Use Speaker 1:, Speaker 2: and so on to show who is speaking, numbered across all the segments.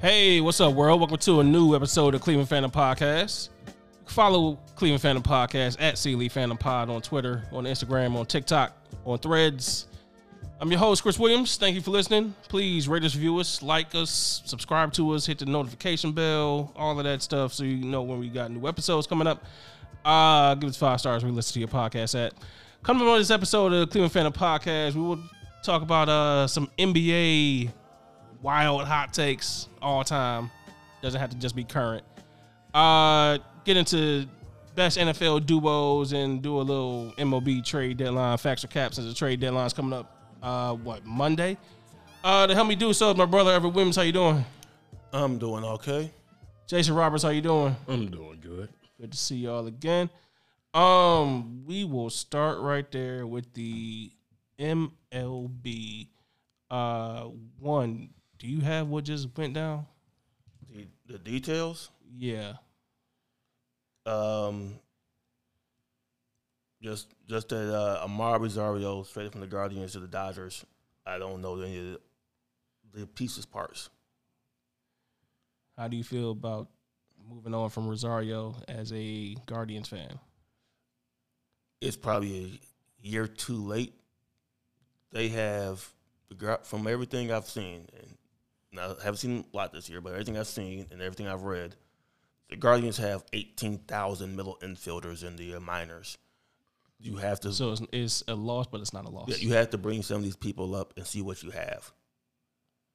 Speaker 1: Hey, what's up, world? Welcome to a new episode of Cleveland Phantom Podcast. Follow Cleveland Phantom Podcast at Sealy Phantom Pod on Twitter, on Instagram, on TikTok, on Threads. I'm your host, Chris Williams. Thank you for listening. Please rate us, view us, like us, subscribe to us, hit the notification bell, all of that stuff so you know when we got new episodes coming up. Uh, give us five stars. We listen to your podcast at. Coming on this episode of Cleveland Phantom Podcast, we will talk about uh, some NBA wild hot takes all time. Doesn't have to just be current. Uh, get into best NFL duos and do a little MLB trade deadline facts or caps as the trade deadline's coming up. Uh, what Monday? Uh, to help me do so, is my brother Everett Williams. How you doing?
Speaker 2: I'm doing okay.
Speaker 1: Jason Roberts. How you doing?
Speaker 3: I'm doing good.
Speaker 1: Good to see y'all again. Um, we will start right there with the MLB. Uh, one. Do you have what just went down?
Speaker 2: The, the details,
Speaker 1: Yeah.
Speaker 2: um, just just that uh, Amar Rosario straight from the Guardians to the Dodgers. I don't know any of the, the pieces parts.
Speaker 1: How do you feel about moving on from Rosario as a Guardians fan?
Speaker 2: It's probably a year too late. They have the Gu- from everything I've seen, and now I haven't seen a lot this year, but everything I've seen and everything I've read, the Guardians have eighteen thousand middle infielders in the uh, minors. You have to
Speaker 1: So it's, it's a loss, but it's not a loss.
Speaker 2: Yeah, you have to bring some of these people up and see what you have.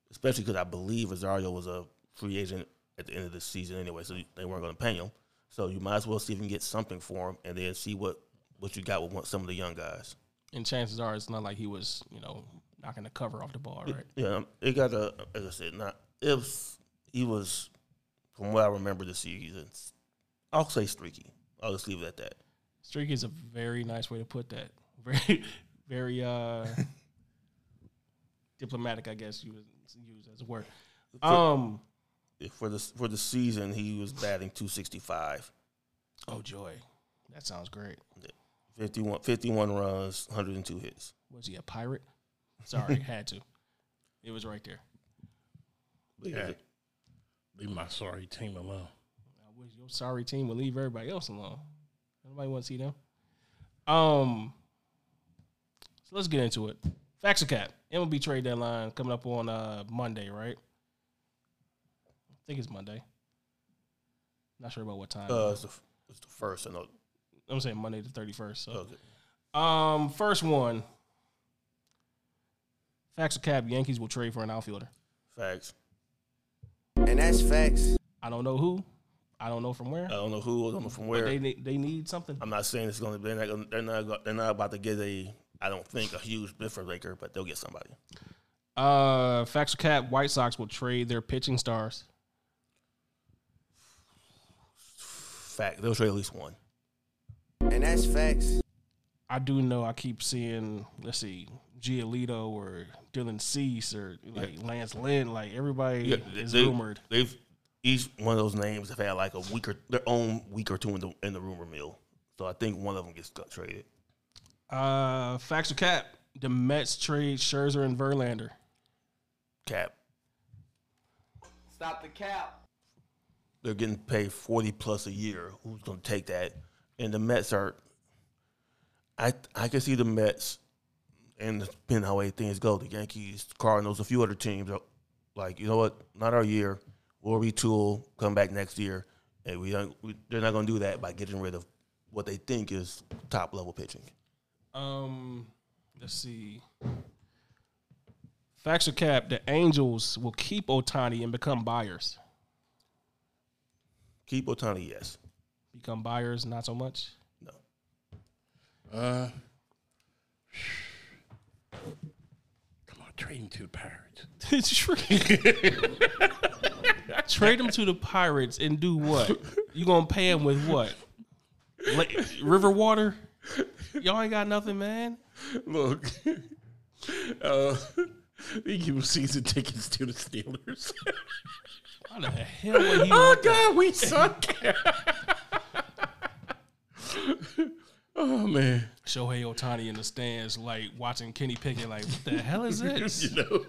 Speaker 2: Especially because I believe Rosario was a free agent at the end of the season anyway, so they weren't going to pay him. So you might as well see if you can get something for him, and then see what what you got with one, some of the young guys.
Speaker 1: and chances are, it's not like he was, you know, knocking the cover off the ball, right?
Speaker 2: Yeah, um, it got a as I said, not if he was from what I remember this season, I'll say streaky. I'll just leave it at that.
Speaker 1: Streak is a very nice way to put that. Very, very uh, diplomatic, I guess you would use as a word. Um,
Speaker 2: For the for the season, he was batting two sixty five.
Speaker 1: oh joy, that sounds great.
Speaker 2: 51, 51 runs, 102 hits.
Speaker 1: Was he a pirate? Sorry, had to. It was right there.
Speaker 2: But
Speaker 3: Yeah. Leave my sorry team alone.
Speaker 1: I wish your sorry team would leave everybody else alone. Nobody want to see them. Um, so let's get into it. Facts or cap? MLB trade deadline coming up on uh, Monday, right? I think it's Monday. Not sure about what time.
Speaker 2: Uh, it's the, it's the first. I know.
Speaker 1: I'm saying Monday the 31st. So,
Speaker 2: Okay.
Speaker 1: um, first one. Facts or cap? Yankees will trade for an outfielder.
Speaker 2: Facts.
Speaker 4: And that's facts.
Speaker 1: I don't know who. I don't know from where.
Speaker 2: I don't know who. I don't know from
Speaker 1: They
Speaker 2: Uh, where.
Speaker 1: need, they need something.
Speaker 2: I'm not saying it's going to. They're not. Gonna, they're not. Gonna, they're not about to get a. I don't think a huge difference maker, but they'll get somebody.
Speaker 1: Uh, facts or cap? White Sox will trade their pitching stars.
Speaker 2: Fact. They'll trade at least one.
Speaker 4: And that's facts.
Speaker 1: I do know. I keep seeing. Let's see, Giolito or Dylan Cease or like Lance Lynn. Like everybody is
Speaker 2: they,
Speaker 1: rumored.
Speaker 2: They've each one of those names have had like a week or their own week or two in the in the rumor mill. So I think one of them gets got traded.
Speaker 1: Uh, facts or cap? The Mets trade Scherzer and Verlander.
Speaker 2: Cap.
Speaker 4: Stop the cap.
Speaker 2: They're getting paid forty plus a year. Who's going to take that? And the Mets are. I I can see the Mets, and depending how way things go, the Yankees, Cardinals, a few other teams are like, you know what? Not our year. We'll retool, come back next year, and we don't. We, they're not going to do that by getting rid of what they think is top level pitching.
Speaker 1: Um, let's see. Facts or cap? The Angels will keep Otani and become buyers.
Speaker 2: Keep Otani, yes,
Speaker 1: Become buyers, not so much.
Speaker 2: no.
Speaker 3: Uh, come on, trading to the Pirates.
Speaker 1: trade. trade him to the Pirates and do what? You gonna pay him with what? La- river water? Y'all ain't got nothing, man.
Speaker 3: Look, uh, they give him season tickets to the Steelers.
Speaker 1: How the hell would he
Speaker 3: oh
Speaker 1: want that?
Speaker 3: God, we suck. oh man,
Speaker 1: Shohei Otani in the stands, like watching Kenny Pickett, like what the hell is this?
Speaker 3: you know,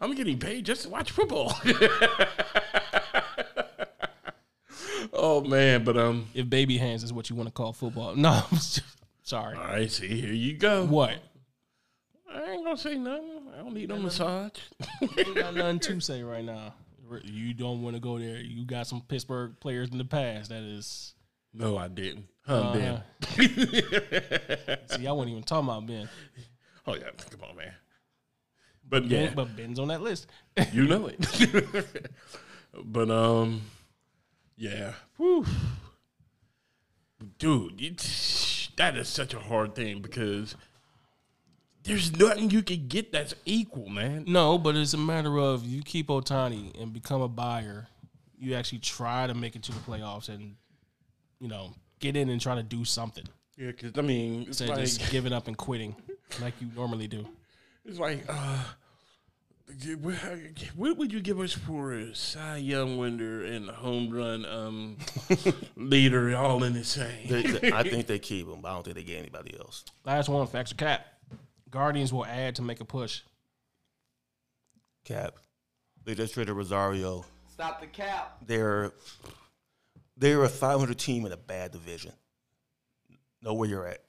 Speaker 3: I'm getting paid just to watch football. Oh man, but um,
Speaker 1: If baby hands is what you want to call football. No, I'm s- sorry.
Speaker 3: all right. See, here you go.
Speaker 1: What?
Speaker 3: I ain't gonna say nothing. I don't need no massage.
Speaker 1: You got nothing to say right now. You don't want to go there. You got some Pittsburgh players in the past. That is.
Speaker 3: no, I didn't. Huh,
Speaker 1: Uh,
Speaker 3: Ben?
Speaker 1: see, I wasn't even talking about Ben.
Speaker 3: Oh yeah, come on, man. But
Speaker 1: Ben-
Speaker 3: yeah,
Speaker 1: But Ben's on that list.
Speaker 3: you know it. but um, yeah, Whew. dude, it, that is such a hard thing because there's nothing you can get that's equal, man.
Speaker 1: No, but it's a matter of you keep Otani and become a buyer. You actually try to make it to the playoffs and, you know, get in and try to do something.
Speaker 3: Yeah, because I mean, it's
Speaker 1: Instead of just giving up and quitting like you normally do.
Speaker 3: It's like, uh, what would you give us for a Cy Young winner and a home run um, leader all in the same?
Speaker 2: They- they- I think they keep him, but I don't think they get anybody else.
Speaker 1: Last one for extra cap. Guardians will add to make a push.
Speaker 2: Cap. They just traded Rosario.
Speaker 4: Stop the cap.
Speaker 2: They're they're a 500 team in a bad division. Know where you're at.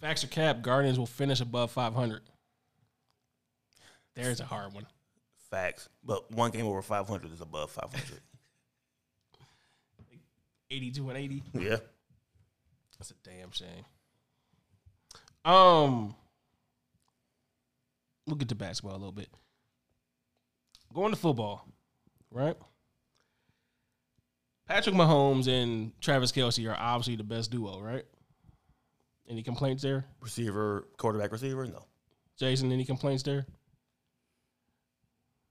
Speaker 1: Facts or cap, Guardians will finish above 500. There's a hard one.
Speaker 2: Facts. But one game over 500 is above 500.
Speaker 1: 82 and 80.
Speaker 2: yeah.
Speaker 1: That's a damn shame. Um, we'll get to basketball a little bit. Going to football, right? Patrick Mahomes and Travis Kelsey are obviously the best duo, right? Any complaints there,
Speaker 2: Receiver, quarterback, receiver? No.
Speaker 1: Jason? Any complaints there?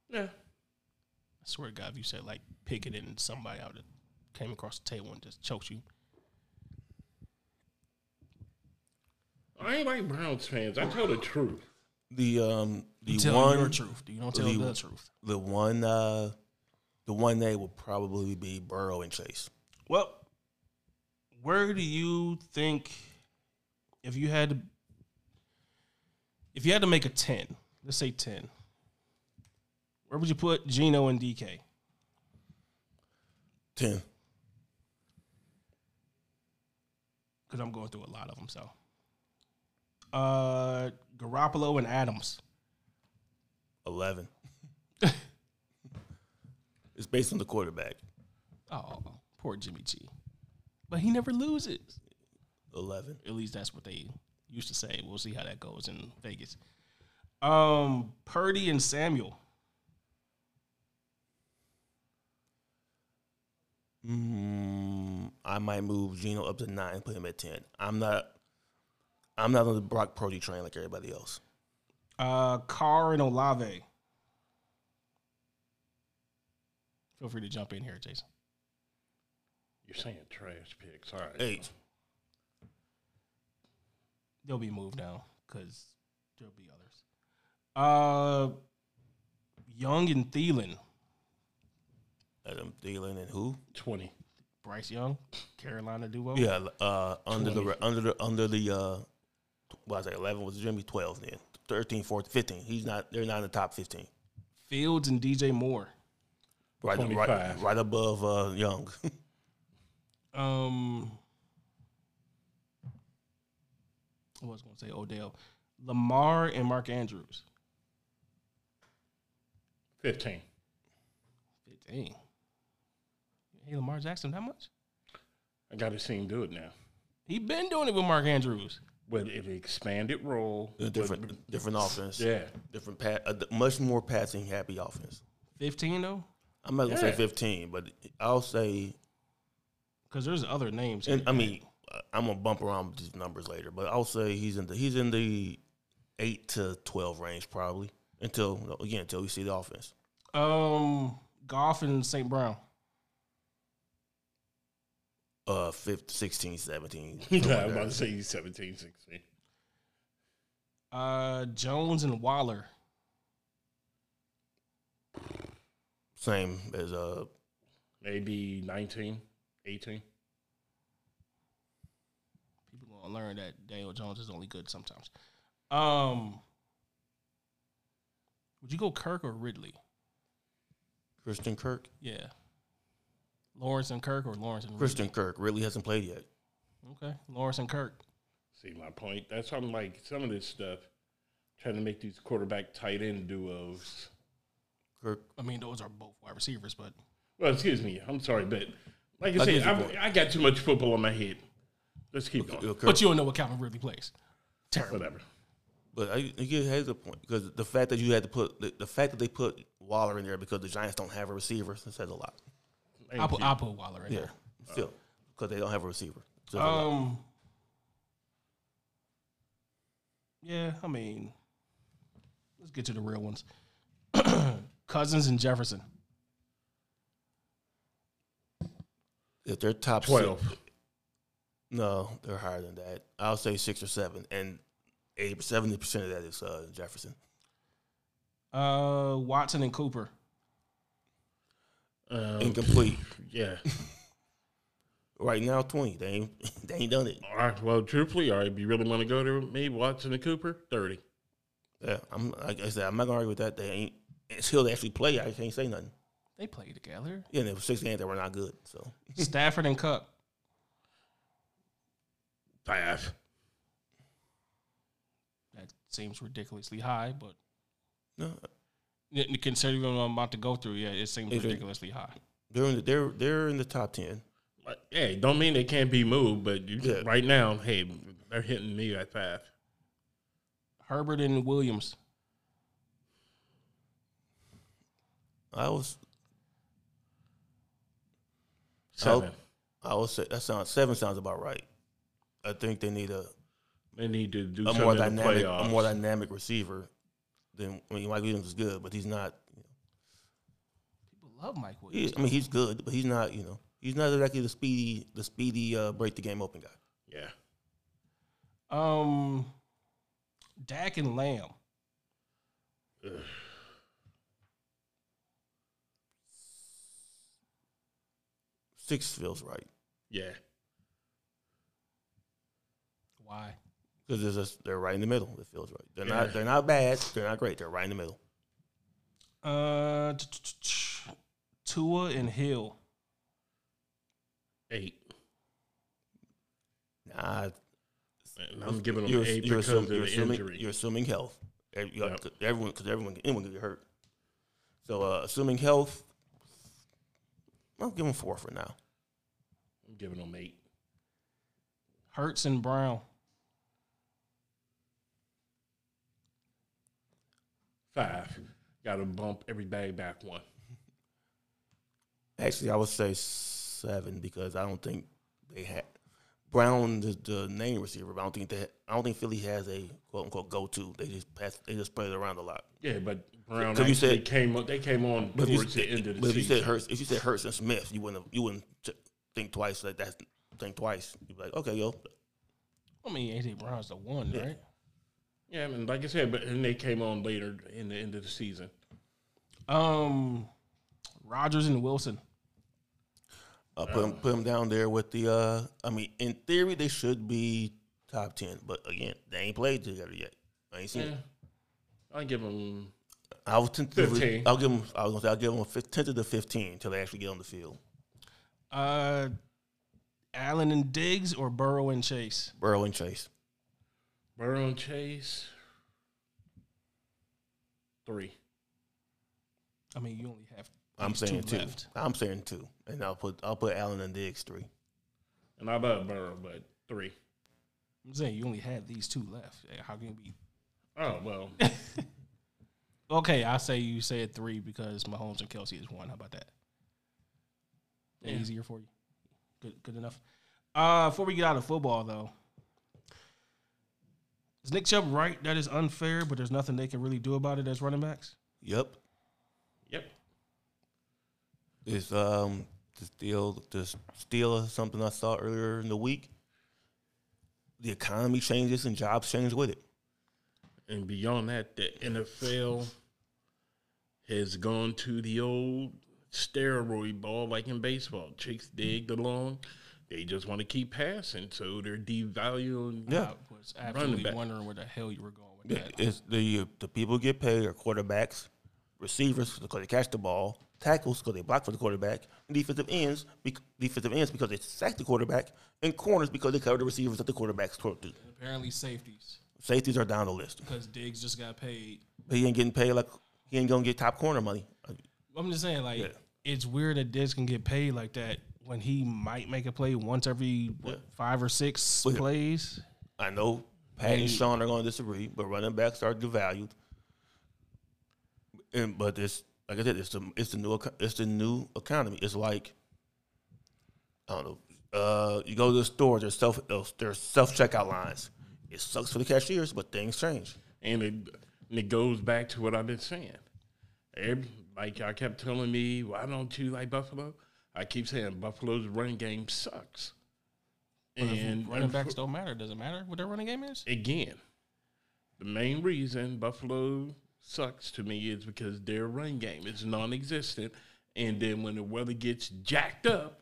Speaker 3: Yeah.
Speaker 1: I swear to God, if you said like pick it and somebody out that came across the table and just choked you,
Speaker 3: I ain't like Browns fans. I tell the truth.
Speaker 2: The um the
Speaker 1: you tell
Speaker 2: one
Speaker 1: your truth. You don't tell
Speaker 2: the-
Speaker 1: the truth.
Speaker 2: the one uh the one they will probably be Burrow and Chase.
Speaker 1: Well, where do you think if you had to, if you had to make a ten, let's say ten, where would you put Gino and DK?
Speaker 2: 10.
Speaker 1: Because I'm going through a lot of them. So, uh, Garoppolo and Adams.
Speaker 2: 11. it's based on the quarterback.
Speaker 1: Oh, poor Jimmy G, but he never loses.
Speaker 2: 11.
Speaker 1: At least that's what they used to say. We'll see how that goes in Vegas. Um, Purdy and Samuel.
Speaker 2: Mm, I might move Gino up to 9, put him at 10. I'm not I'm not on the Brock Purdy train like everybody else.
Speaker 1: Uh, Carr and Olave. Feel free to jump in here, Jason.
Speaker 3: You're saying trash picks. All right.
Speaker 2: 8.
Speaker 1: They'll be moved now because there'll be others. Uh, Young and Thielen.
Speaker 2: Adam Thielen and who?
Speaker 3: 20.
Speaker 1: Bryce Young, Carolina duo.
Speaker 2: Yeah, uh, under the under the under the uh, what was it? Eleven was Jimmy. Twelve then. 13, 14, 15. He's not. They're not in the top fifteen.
Speaker 1: Fields and DJ Moore.
Speaker 2: Right, right,
Speaker 3: 25.
Speaker 2: right above uh, Young.
Speaker 1: Um, I was going to say Odell. Lamar and Mark Andrews.
Speaker 3: 15.
Speaker 1: 15. Hey, Lamar Jackson, that much?
Speaker 3: I got to see him do it now.
Speaker 1: He been doing it with Mark Andrews.
Speaker 3: With an expanded role.
Speaker 2: A different, different offense.
Speaker 3: Yeah.
Speaker 2: Different, pa- a d- much more passing happy offense.
Speaker 1: 15, though?
Speaker 2: I'm not gonna say
Speaker 3: Yeah.
Speaker 2: fifteen, but I'll say.
Speaker 1: Because there's other names.
Speaker 2: And
Speaker 1: here.
Speaker 2: I mean, uh, I'm gonna bump around with these numbers later, but I'll say he's in the he's in the eight to twelve range probably until again until we see the offense.
Speaker 1: um, Goff and St. Brown.
Speaker 2: Uh, 15, 16, 17.
Speaker 3: yeah I was about to say he's 17, 16.
Speaker 1: Uh, Jones and Waller.
Speaker 2: Same as uh
Speaker 3: Maybe 19, 18.
Speaker 1: People gonna learn that Daniel Jones is only good sometimes. Um, would you go Kirk or Ridley?
Speaker 2: Christian Kirk.
Speaker 1: Yeah, Lawrence and Kirk or Lawrence and
Speaker 2: Christian Kirk really hasn't played yet.
Speaker 1: Okay, Lawrence and Kirk.
Speaker 3: See my point? That's why I'm like some of this stuff, trying to make these quarterback tight end duos.
Speaker 2: Kirk,
Speaker 1: I mean, those are both wide receivers, but
Speaker 3: Well, excuse me. I'm sorry, but like I,
Speaker 2: I
Speaker 3: said,
Speaker 2: get your point.
Speaker 3: I, I got too much football on my head. Let's keep
Speaker 2: uh, Kirk.
Speaker 3: going.
Speaker 1: but you don't know what Calvin Ridley plays. Terrible.
Speaker 3: Whatever.
Speaker 2: But I, I get has a point because the fact that you had to put the, the fact that they put Waller in there because the Giants don't have a receiver that says a lot.
Speaker 3: Thank
Speaker 1: I put
Speaker 3: you.
Speaker 1: I put Waller in
Speaker 2: Yeah, still because they don't have a receiver. So
Speaker 1: there. Um. Yeah, I mean, let's get to the real ones. Cousins and Jefferson.
Speaker 2: if they're top
Speaker 3: Twelve.
Speaker 2: six, no, they're higher than that. I'll say six or seven, and 70 percent of that is uh, Jefferson.
Speaker 1: Uh, Watson and Cooper.
Speaker 3: Um,
Speaker 2: Incomplete
Speaker 3: yeah.
Speaker 2: right now, twenty. They ain't they ain't done it.
Speaker 3: All right. Well, truthfully, all right. If you really want to go to me, Watson and Cooper, thirty.
Speaker 2: Yeah, I'm like I said, I'm not gonna argue with that. They ain't until they actually play. I can't say nothing.
Speaker 1: They played together.
Speaker 2: Yeah, and it was six games that were not good. So
Speaker 1: Stafford and Cup.
Speaker 3: Five.
Speaker 1: That seems ridiculously high, but
Speaker 2: no,
Speaker 1: n- considering what I'm about to go through, yeah, it seems
Speaker 2: Is it-
Speaker 1: ridiculously high.
Speaker 2: they're in the, they're they're in the top ten.
Speaker 3: Like, Hey, don't mean they can't be moved, but you,
Speaker 2: Yeah.
Speaker 3: right now, hey, they're hitting me at five.
Speaker 1: Herbert and Williams.
Speaker 2: I was
Speaker 3: Seven.
Speaker 2: I would say that sounds seven sounds about right. I think they need a,
Speaker 3: They need to do
Speaker 2: a
Speaker 3: something
Speaker 2: more
Speaker 3: in the
Speaker 2: dynamic
Speaker 3: playoffs.
Speaker 2: a more dynamic receiver than I mean Mike Williams is good, but he's not.
Speaker 1: People love Mike Williams.
Speaker 2: He, I mean he's good, but he's not. You know he's not exactly the speedy the speedy uh, break the game open guy.
Speaker 3: yeah.
Speaker 1: Um, Dak and Lamb.
Speaker 2: Six feels right
Speaker 3: Yeah.
Speaker 1: Why?
Speaker 2: because they're right in the middle. It feels right. They're
Speaker 3: Yeah.
Speaker 2: not they're not bad. They're not great. They're right in the middle.
Speaker 1: Uh, t- t- t- t- Tua and Hill.
Speaker 3: Eight.
Speaker 2: Nah,
Speaker 3: And I'm giving them
Speaker 2: you're,
Speaker 3: 8
Speaker 2: you're
Speaker 3: because
Speaker 2: assum-
Speaker 3: of
Speaker 2: you're
Speaker 3: the
Speaker 2: assuming,
Speaker 3: injury.
Speaker 2: You're assuming health. Every- you know,
Speaker 3: Yep.
Speaker 2: 'cause Everyone, because everyone, anyone can get hurt. So, uh, assuming health, I'll give him four for now.
Speaker 3: I'm giving them eight.
Speaker 1: Hurts and Brown.
Speaker 3: Five. Got to bump everybody back one.
Speaker 2: Actually, I would say seven because I don't think they had Brown is the name receiver. But I don't think they. I don't think Philly has a quote unquote go to. They just pass. They just play it around a lot.
Speaker 3: Yeah, but Brown
Speaker 2: Because you
Speaker 3: actually
Speaker 2: said-
Speaker 3: came on. They came on
Speaker 2: But if you,
Speaker 3: towards the end of the
Speaker 2: but if you
Speaker 3: season.
Speaker 2: said Hurts, if you said Hurts and Smith, you wouldn't. Have, you wouldn't t- think twice. Like that's think twice. You'd be like, okay, yo,
Speaker 1: I mean, AJ Brown's the one, right?
Speaker 3: yeah, I mean, like I said, but and they came on later in the end of the season.
Speaker 1: Um, Rogers and Wilson.
Speaker 2: Uh, put, them, put them down there with the. Uh, I mean, in theory, they should be top ten, but again, they ain't played together yet. I ain't seen.
Speaker 3: Yeah.
Speaker 2: It.
Speaker 3: I give them.
Speaker 2: I was tentatively.
Speaker 3: 15.
Speaker 2: I'll give them. I was gonna say I'll give them fif- ten to the fifteen until they actually get on the field.
Speaker 1: Uh, Allen and Diggs or Burrow and Chase.
Speaker 2: Burrow and Chase.
Speaker 3: Burrow and Chase. Three.
Speaker 1: I mean, you only have
Speaker 2: I'm
Speaker 1: these
Speaker 2: saying two. I'm saying two, and I'll put I'll put Allen and Diggs three.
Speaker 3: And I love Burrow, but three.
Speaker 1: I'm saying you only had these two left. Yeah, How can it be?
Speaker 3: Oh, well.
Speaker 1: Okay, I say you said three because Mahomes and Kelsey is one. How about that? That
Speaker 3: Yeah.
Speaker 1: easier for you? Good, good enough. Uh, before we get out of football, though, is Nick Chubb right? That is unfair, but there's nothing they can really do about it as running backs.
Speaker 2: Yep.
Speaker 3: yep.
Speaker 2: It's um the steal the steal of something I saw earlier in the week. The economy changes and jobs change with it.
Speaker 3: And beyond that, the NFL has gone to the old steroid ball like in baseball. Chicks dig the long. They just want to keep passing, so they're devaluing.
Speaker 2: Yeah.
Speaker 1: I was absolutely
Speaker 3: back.
Speaker 1: wondering where the hell you were going with
Speaker 2: Yeah,
Speaker 1: that.
Speaker 2: It's the the people get paid are quarterbacks, receivers because they catch the ball, tackles because they block for the quarterback, and defensive ends, bec defensive ends because they sack the quarterback, and corners because they cover the receivers that the quarterbacks tore through.
Speaker 1: Apparently safeties
Speaker 2: Safeties are down the list.
Speaker 1: because Diggs just got paid.
Speaker 2: But he ain't getting paid like he ain't gonna get top corner money.
Speaker 1: I'm just saying, like,
Speaker 2: Yeah.
Speaker 1: it's weird that Diggs can get paid like that when he might make a play once every what,
Speaker 2: Yeah.
Speaker 1: five or six
Speaker 2: Well, yeah.
Speaker 1: plays.
Speaker 2: I know Pat
Speaker 1: Hey.
Speaker 2: and Sean are gonna disagree, but running backs are devalued. And but it's like I said, it's the it's the new eco- it's the new economy. It's like I don't know. Uh, you go to the store, there's self there's self checkout lines. It sucks for the cashiers, but things change.
Speaker 3: And it, and it goes back to what I've been saying. Every, like y'all kept telling me, why don't you like Buffalo? I keep saying Buffalo's running game sucks. And
Speaker 1: running backs don't matter. Does it matter what their running game is?
Speaker 3: again, the main reason Buffalo sucks to me is because their run game is non-existent, and then when the weather gets jacked up,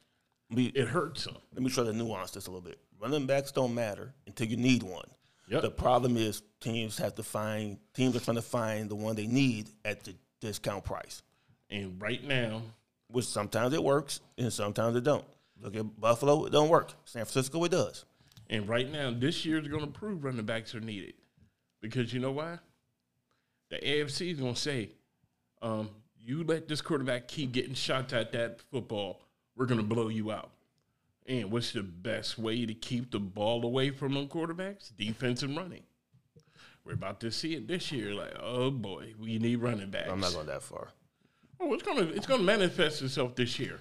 Speaker 2: Let me,
Speaker 3: it hurts them.
Speaker 2: let me try to nuance this a little bit. Running backs don't matter until you need one.
Speaker 3: Yep.
Speaker 2: The problem is teams have to find teams are trying to find the one they need at the discount price.
Speaker 3: And right now,
Speaker 2: which sometimes it works and sometimes it don't. Look at Buffalo, it don't work. San Francisco, it does.
Speaker 3: and right now, this year's going to prove running backs are needed because you know why? The AFC is going to say, um, "You let this quarterback keep getting shots at that football, we're going to blow you out." And what's the best way to keep the ball away from them quarterbacks? Defense and running. We're about to see it this year. Like, oh boy, we need running backs.
Speaker 2: I'm not going that far.
Speaker 3: Oh, it's gonna it's gonna manifest itself this year.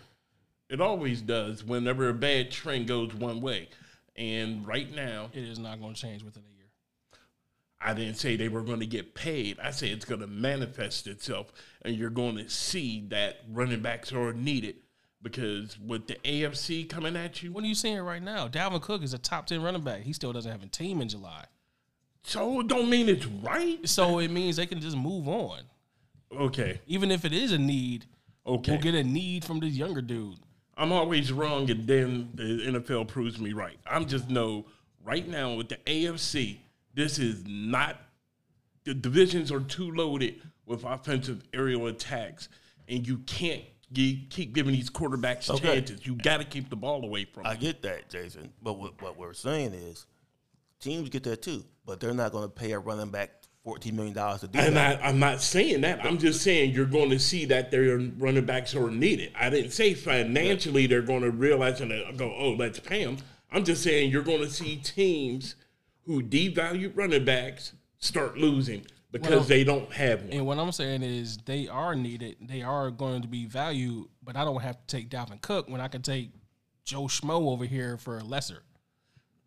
Speaker 3: It always does whenever a bad trend goes one way. And right now,
Speaker 1: It is not going to change within a year.
Speaker 3: I didn't say they were going to get paid. I said it's going to manifest itself, and you're going to see that running backs are needed because with the AFC coming at you,
Speaker 1: What are you seeing right now? Dalvin Cook is a top ten running back. He still doesn't have a team in July,
Speaker 3: so it don't mean it's right.
Speaker 1: so it means they can just move on.
Speaker 3: Okay,
Speaker 1: Even if it is a need,
Speaker 3: okay.
Speaker 1: we'll get a need from this younger dude.
Speaker 3: I'm always wrong, and then the NFL proves me right. I'm just know right now with the AFC, this is not the divisions are too loaded with offensive aerial attacks, and you can't ge- keep giving these quarterbacks
Speaker 2: Okay.
Speaker 3: chances. You got to keep the ball away from
Speaker 2: I
Speaker 3: them.
Speaker 2: get that, Jason. But what, what we're saying is teams get that too, but they're not going to pay a running back $14 million to do
Speaker 3: And
Speaker 2: that.
Speaker 3: I, I'm not saying that. I'm just saying you're going to see that their running backs are needed. I didn't say financially they're going to realize and they'll go, oh, let's pay them. I'm just saying you're going to see teams who devalue running backs start losing because
Speaker 1: Well-
Speaker 3: they don't have one.
Speaker 1: And what I'm saying is they are needed. They are going to be valued, but I don't have to take Dalvin Cook when I can take Joe Schmo over here for a lesser.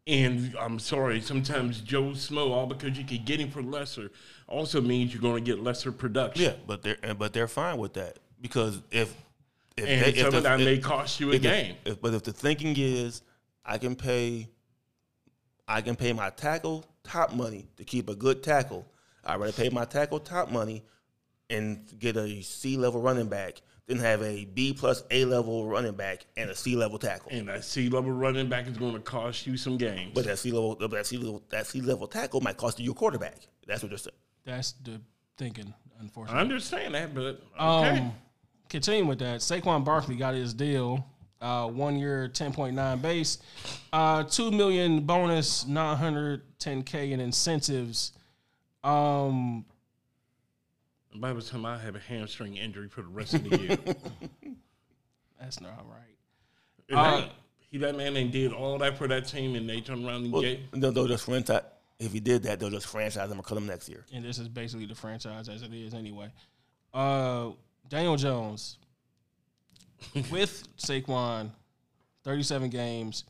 Speaker 3: And I'm sorry, sometimes Joe Smo, all because you could get him for lesser, also means you're going to get lesser production.
Speaker 2: yeah, but they're, and- but they're fine with that because if, if
Speaker 3: And
Speaker 2: if
Speaker 3: some of that
Speaker 2: if-
Speaker 3: may cost you a
Speaker 2: if the-
Speaker 3: game.
Speaker 2: if- but if the thinking is, I can pay, I can pay my tackle top money to keep a good tackle. I'd rather pay my tackle top money and get a C level running back than have a B plus A level running back and a C level tackle.
Speaker 3: And that C level running back is going to cost you some games.
Speaker 2: but that C level, that C level, that C level tackle might cost you your quarterback. That's what they're saying.
Speaker 1: That's the thinking,
Speaker 3: I
Speaker 1: unfortunately.
Speaker 3: understand that, but
Speaker 1: Um,
Speaker 3: okay.
Speaker 1: Continuing with that, Saquon Barkley got his deal. Uh, one year, ten point nine base, uh, two million bonus, nine hundred ten k in incentives. Um,
Speaker 3: By the time I have a hamstring injury for the rest of the year,
Speaker 1: that's not right.
Speaker 3: And
Speaker 1: Uh,
Speaker 3: he that man and did all that for that team, and they turn around and
Speaker 2: Well,
Speaker 3: get
Speaker 2: they'll, they'll just franchise. If he did that, they'll just franchise him or cut him next year.
Speaker 1: and this is basically the franchise as it is anyway. Uh, Daniel Jones with Saquon, 37 games,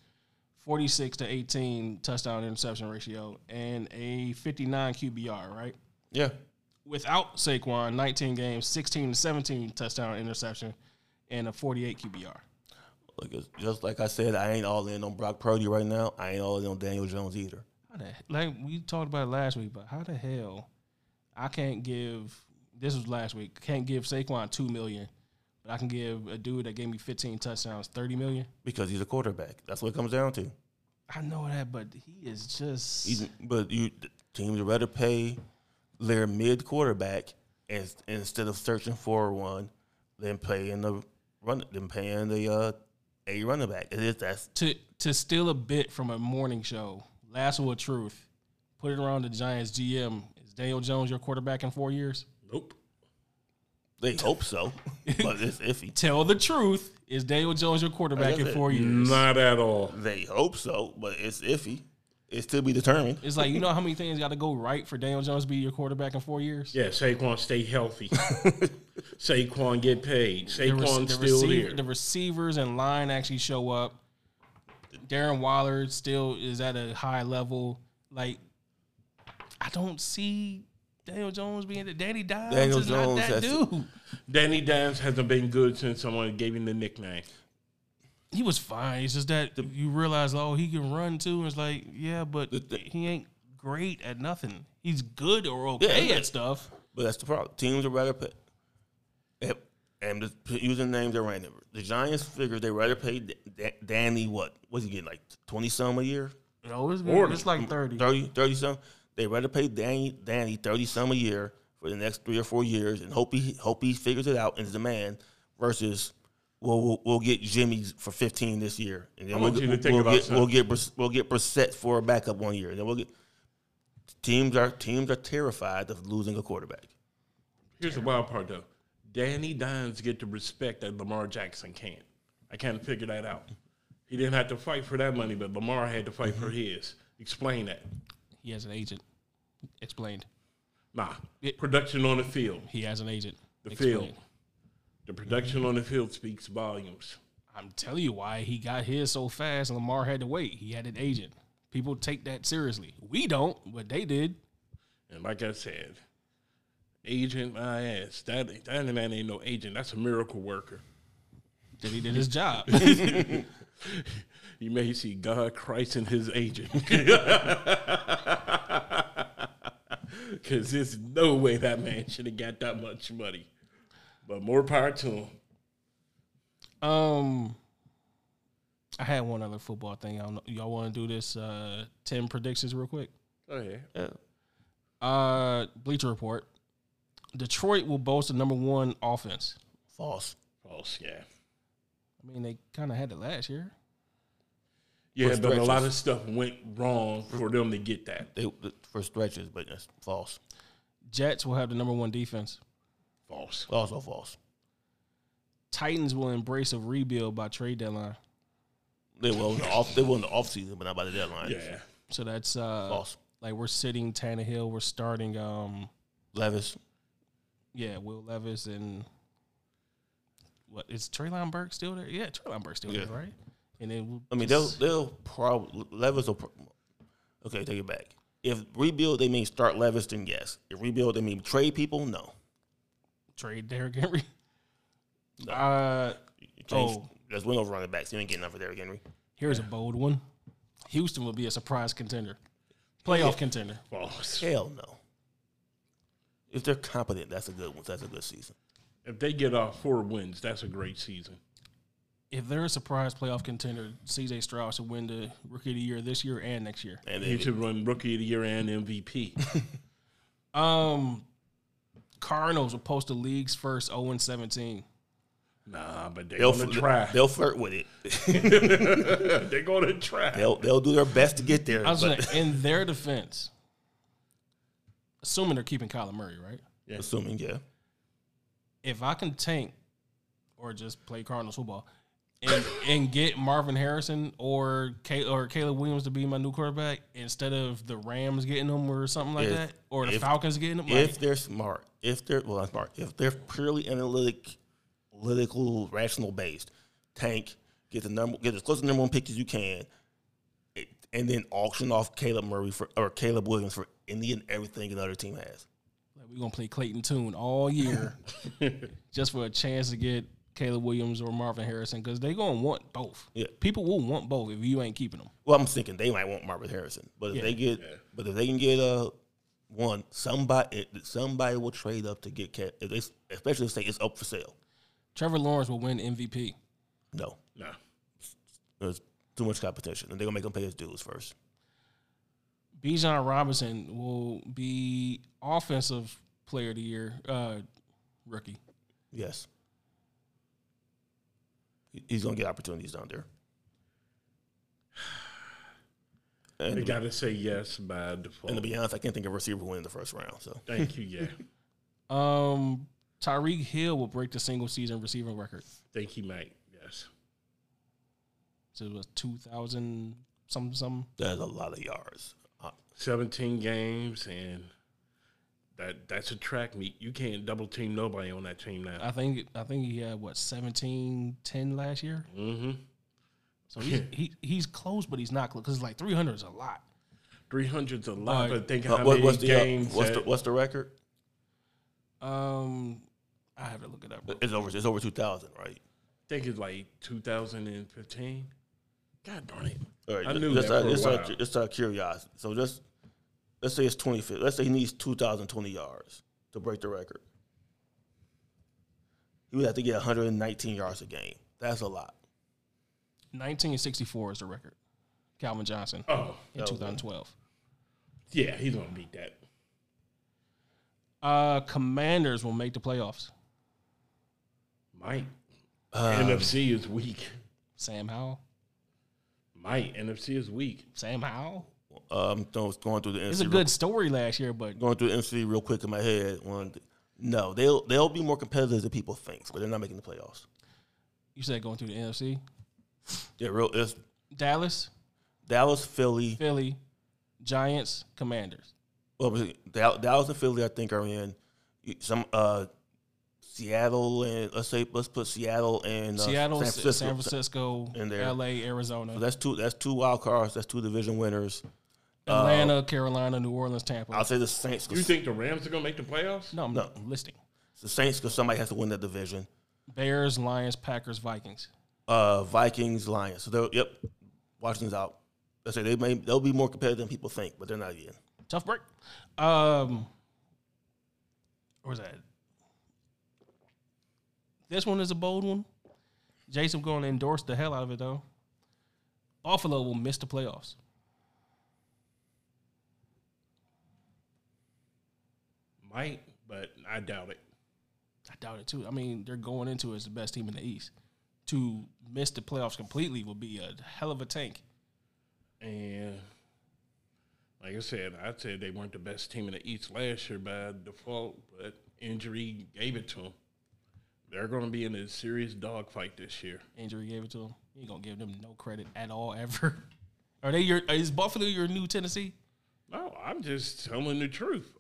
Speaker 1: 46 to 18 touchdown interception ratio, and a 59 QBR, right?
Speaker 2: Yeah,
Speaker 1: Without Saquon, 19 games, 16 to 17 touchdown interception, and a 48 QBR.
Speaker 2: Look, it's just like I said, I ain't all in on Brock Purdy right now. I ain't all in on Daniel Jones either.
Speaker 1: How the, like we talked about it last week, but how the hell I can't give this was last week can't give Saquon two million, but I can give a dude that gave me fifteen touchdowns thirty million.
Speaker 2: Because he's a quarterback. That's what it comes down to.
Speaker 1: I know that, but he is just
Speaker 2: He's, but you teams would rather pay their mid quarterback as, instead of searching for one than paying the run than paying the uh, a running back. It is that's
Speaker 1: to to steal a bit from a morning show, last word truth, put it around the Giants GM. Is Daniel Jones your quarterback in four years?
Speaker 3: Nope.
Speaker 2: they hope so, but it's iffy.
Speaker 1: Tell the truth. Is Daniel Jones your quarterback in
Speaker 2: it.
Speaker 1: four years?
Speaker 3: Not at all.
Speaker 2: They hope so, but it's iffy. It's to be determined.
Speaker 1: It's like you know how many things got to go right for Daniel Jones to be your quarterback in four years.
Speaker 3: Yeah, Saquon stay healthy. Saquon get paid.
Speaker 1: the, rec-
Speaker 3: Saquon
Speaker 1: the
Speaker 3: still
Speaker 1: receiver-
Speaker 3: here.
Speaker 1: the receivers and line actually show up. Darren Waller still is at a high level. Like, I don't see Daniel Jones being the Danny Dimes.
Speaker 2: Daniel
Speaker 1: is not
Speaker 2: Jones
Speaker 1: that
Speaker 2: has to-
Speaker 1: dude.
Speaker 3: Danny Dimes hasn't been good since someone gave him the nickname.
Speaker 1: he was fine. It's just that you realize, oh, he can run too. And it's like, yeah, but he ain't great at nothing. He's good or okay
Speaker 2: Yeah, yeah.
Speaker 1: at stuff.
Speaker 2: But that's the problem. Teams are rather pay. Yep. And just p- using names at random. The Giants figure they rather pay D- D- Danny what? What's he getting like twenty some a year?
Speaker 1: You know, it's,
Speaker 3: Forty.
Speaker 1: it's like 30.
Speaker 2: 30, 30 some. They rather pay Danny Danny thirty some a year for the next three or four years and hope he hope he figures it out and is the man versus we'll we'll, we'll get Jimmy for fifteen this year and then
Speaker 3: I
Speaker 2: we'll,
Speaker 3: want
Speaker 2: get-
Speaker 3: you to
Speaker 2: we'll,
Speaker 3: think about
Speaker 2: get we'll
Speaker 3: something.
Speaker 2: get Bris- we'll get Brissett for a backup one year and then we'll get teams are teams are terrified of losing a quarterback.
Speaker 3: Here's the wild part though. Danny Dimes get the respect that Lamar Jackson can't. I can't figure that out. He didn't have to fight for that money, but Lamar had to fight for his. Explain that.
Speaker 1: He has an agent. Explained.
Speaker 3: Nah.
Speaker 1: It-
Speaker 3: Production on the field.
Speaker 1: He has an agent.
Speaker 3: The
Speaker 1: Explained.
Speaker 3: field. The production on the field speaks volumes.
Speaker 1: I'm telling you why he got his so fast and Lamar had to wait. He had an agent. People take that seriously. We don't, but they did.
Speaker 3: And like I said, agent my ass. That that man ain't no agent. That's a miracle worker.
Speaker 1: Then he did his job.
Speaker 3: You may see God, Christ, and his agent. Because there's no way that man should have got that much money. But more power to him.
Speaker 1: um, I had one other football thing. I don't know. Y'all want to do this uh, 10 predictions real quick?
Speaker 3: Oh, yeah.
Speaker 2: Yeah.
Speaker 1: Uh, Bleacher Report. Detroit will boast the number one offense.
Speaker 2: False.
Speaker 3: False, yeah.
Speaker 1: I mean, they kind of had it last year.
Speaker 3: Yeah,
Speaker 2: For
Speaker 3: but a lot
Speaker 2: stretches.
Speaker 3: of stuff went wrong for them to get that.
Speaker 2: They for stretches, but that's false.
Speaker 1: Jets will have the number one defense.
Speaker 3: False.
Speaker 2: Also false.
Speaker 1: Titans will embrace a rebuild by trade deadline.
Speaker 2: They will in the off. They will in the off season, but not by the deadline.
Speaker 3: Yeah.
Speaker 1: So that's uh,
Speaker 2: False.
Speaker 1: like we're sitting Tannehill, we're starting um,
Speaker 2: Levis.
Speaker 1: yeah, Will Levis and what is Traylon Burke still there? Yeah, Traylon Burke still
Speaker 2: Yeah.
Speaker 1: there, right? And then we'll
Speaker 2: I mean, they'll
Speaker 1: just-
Speaker 2: they'll probably Levis will. Pro- okay, take it back. If rebuild, they mean start Levis, then yes. If rebuild, they mean trade people. No,
Speaker 1: trade Derrick Henry. Uh,
Speaker 2: you can't,
Speaker 1: Oh.
Speaker 2: there's window running backs. You ain't getting enough of Derrick Henry.
Speaker 1: here's a bold one. Houston will be a surprise contender, playoff contender.
Speaker 3: False.
Speaker 2: Hell no. If they're competent, that's a good one. That's a good season.
Speaker 3: If they get off four wins, that's a great season.
Speaker 1: if they're a surprise playoff contender, CJ Stroud should win the Rookie of the Year this year and next year.
Speaker 2: And
Speaker 3: He
Speaker 2: they,
Speaker 3: should run rookie of the year and MVP.
Speaker 1: Um, Cardinals will post the league's first 0 and 17.
Speaker 3: nah, but they're
Speaker 2: they'll
Speaker 3: going to
Speaker 2: fl-
Speaker 3: try.
Speaker 2: they'll flirt with it.
Speaker 3: They're going to try.
Speaker 2: They'll they'll do their best to get there.
Speaker 1: I was
Speaker 2: but-
Speaker 1: like, in their defense, assuming they're keeping Kyler Murray, right?
Speaker 2: assuming yeah.
Speaker 1: If I can tank or just play Cardinals football and, and get Marvin Harrison or Kay, or Caleb Williams to be my new quarterback instead of the Rams getting them or something like
Speaker 2: If-
Speaker 1: that, or the
Speaker 2: if-
Speaker 1: Falcons getting them, like,
Speaker 2: if they're smart, if they're well, not smart, if they're purely analytic, analytical, rational based, tank get the number, get as close to the number one pick as you can, it, and then auction off Caleb Murray for or Caleb Williams for any and everything another team has.
Speaker 1: Like we're gonna play Clayton Tune all year just for a chance to get Caleb Williams or Marvin Harrison because they gonna want both.
Speaker 2: Yeah.
Speaker 1: People will want both if you ain't keeping them.
Speaker 2: Well, I'm thinking they might want Marvin Harrison, but if they get, but if they can get uh one, somebody somebody will trade up to get Cal- if they, especially if say it's up for sale.
Speaker 1: Trevor Lawrence will win MVP.
Speaker 2: No,
Speaker 3: Nah.
Speaker 2: there's too much competition, and they're gonna make him pay his dues first.
Speaker 1: Bijan Robinson will be offensive player of the year, uh, rookie.
Speaker 2: Yes. He- He's gonna get opportunities down there.
Speaker 3: They
Speaker 2: And,
Speaker 3: got to say yes by default.
Speaker 2: and to be honest, I can't think of a receiver who win the first round. So
Speaker 3: Thank you, yeah.
Speaker 1: Um, Tyreek Hill will break the single season receiving record.
Speaker 3: Thank you, Mike. Yes.
Speaker 1: So it was two thousand some some.
Speaker 2: that's a lot of yards. Uh,
Speaker 3: 17 games, and that that's a track meet. You can't double team nobody on that team now.
Speaker 1: I think I think he had what 17, 10 last year.
Speaker 3: Mm-hmm.
Speaker 1: So he's, he he's close, but he's not close because like three hundred is a lot.
Speaker 3: 300's a
Speaker 1: Like,
Speaker 3: lot, but think
Speaker 2: uh,
Speaker 3: how
Speaker 2: what,
Speaker 3: many
Speaker 2: what's the uh,
Speaker 3: games.
Speaker 2: what's the
Speaker 3: that-
Speaker 2: what's the record?
Speaker 1: Um, I have to look it up. Bro.
Speaker 2: It's over. It's over two thousand, right?
Speaker 3: think it's like 2015. God darn it.
Speaker 2: All right,
Speaker 3: I knew
Speaker 2: just
Speaker 3: that
Speaker 2: out-
Speaker 3: for a
Speaker 2: just out-
Speaker 3: while.
Speaker 2: just out of curiosity. So just let's say it's twenty fifth. Let's say he needs two thousand twenty yards to break the record. He would have to get one hundred and nineteen yards a game. That's a lot.
Speaker 1: Nineteen sixty four is the record. Calvin Johnson
Speaker 3: Oh,
Speaker 1: in two thousand twelve.
Speaker 3: yeah, he's going to beat that.
Speaker 1: Uh, Commanders will make the playoffs.
Speaker 3: Mike. Uh,
Speaker 2: Um,
Speaker 3: NFC is weak.
Speaker 1: Sam Howell.
Speaker 3: Mike, NFC is weak.
Speaker 1: Sam Howell.
Speaker 2: um, so it's going through the
Speaker 1: It's a
Speaker 2: NFC,
Speaker 1: good story last year, but
Speaker 2: real, going through the NFC real quick in my head. One, no, they'll they'll be more competitive than people think, but they're not making the playoffs.
Speaker 1: you said going through the NFC.
Speaker 2: Yeah, real. It's
Speaker 1: Dallas,
Speaker 2: Dallas, Philly.
Speaker 1: Philly, Giants, Commanders.
Speaker 2: Well, was it Dal- Dallas and Philly, I think, are in some uh, Seattle and let's say let's put Seattle and uh,
Speaker 1: Seattle,
Speaker 2: San
Speaker 1: San Francisco,
Speaker 2: Francisco. in there.
Speaker 1: LA, Arizona,
Speaker 2: So that's two. That's two wild cards. That's two division winners.
Speaker 1: Atlanta, Carolina, New Orleans, Tampa.
Speaker 2: uh, I'll say the Saints. 'cause
Speaker 3: You think the Rams are going to make the playoffs?
Speaker 1: no, I'm
Speaker 2: No.
Speaker 1: listing.
Speaker 2: the Saints because somebody has to win that division.
Speaker 1: Bears, Lions, Packers, Vikings.
Speaker 2: Uh, Vikings, Lions. So they're yep. Washington's out. I say they may they'll be more competitive than people think, but they're not yet.
Speaker 1: Tough break. Um, or was that? This one is a bold one. Jason going to endorse the hell out of it though. Buffalo will miss the playoffs.
Speaker 3: Might, but I doubt it.
Speaker 1: I doubt it too. I mean, they're going into it as the best team in the East. To miss the playoffs completely would be a hell of a tank.
Speaker 3: And like I said, I said they weren't the best team in the East last year by default, but injury gave it to them. They're going to be in a serious dogfight this year.
Speaker 1: Injury gave it to him. You ain't gonna give them no credit at all ever. Are they your? Is Buffalo your new Tennessee?
Speaker 3: No, I'm just telling the truth.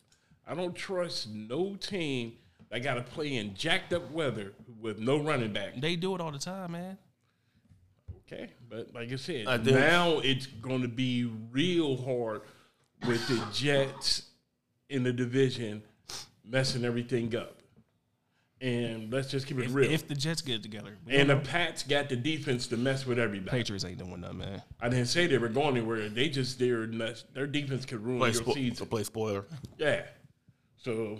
Speaker 3: I don't trust no team that got to play in jacked up weather with no running back.
Speaker 1: They do it all the time, man.
Speaker 3: Okay, but like I said,
Speaker 2: I do.
Speaker 3: now it's going to be real hard with the Jets in the division messing everything up. And let's just keep it real.
Speaker 1: If the Jets get it together,
Speaker 3: and the Pats got the defense to mess with everybody.
Speaker 1: Patriots ain't doing nothing, man.
Speaker 3: I didn't say they were going anywhere. They just their nuts. Their defense could ruin
Speaker 2: Play,
Speaker 3: your
Speaker 2: spo-
Speaker 3: season.
Speaker 2: play spoiler.
Speaker 3: Yeah. So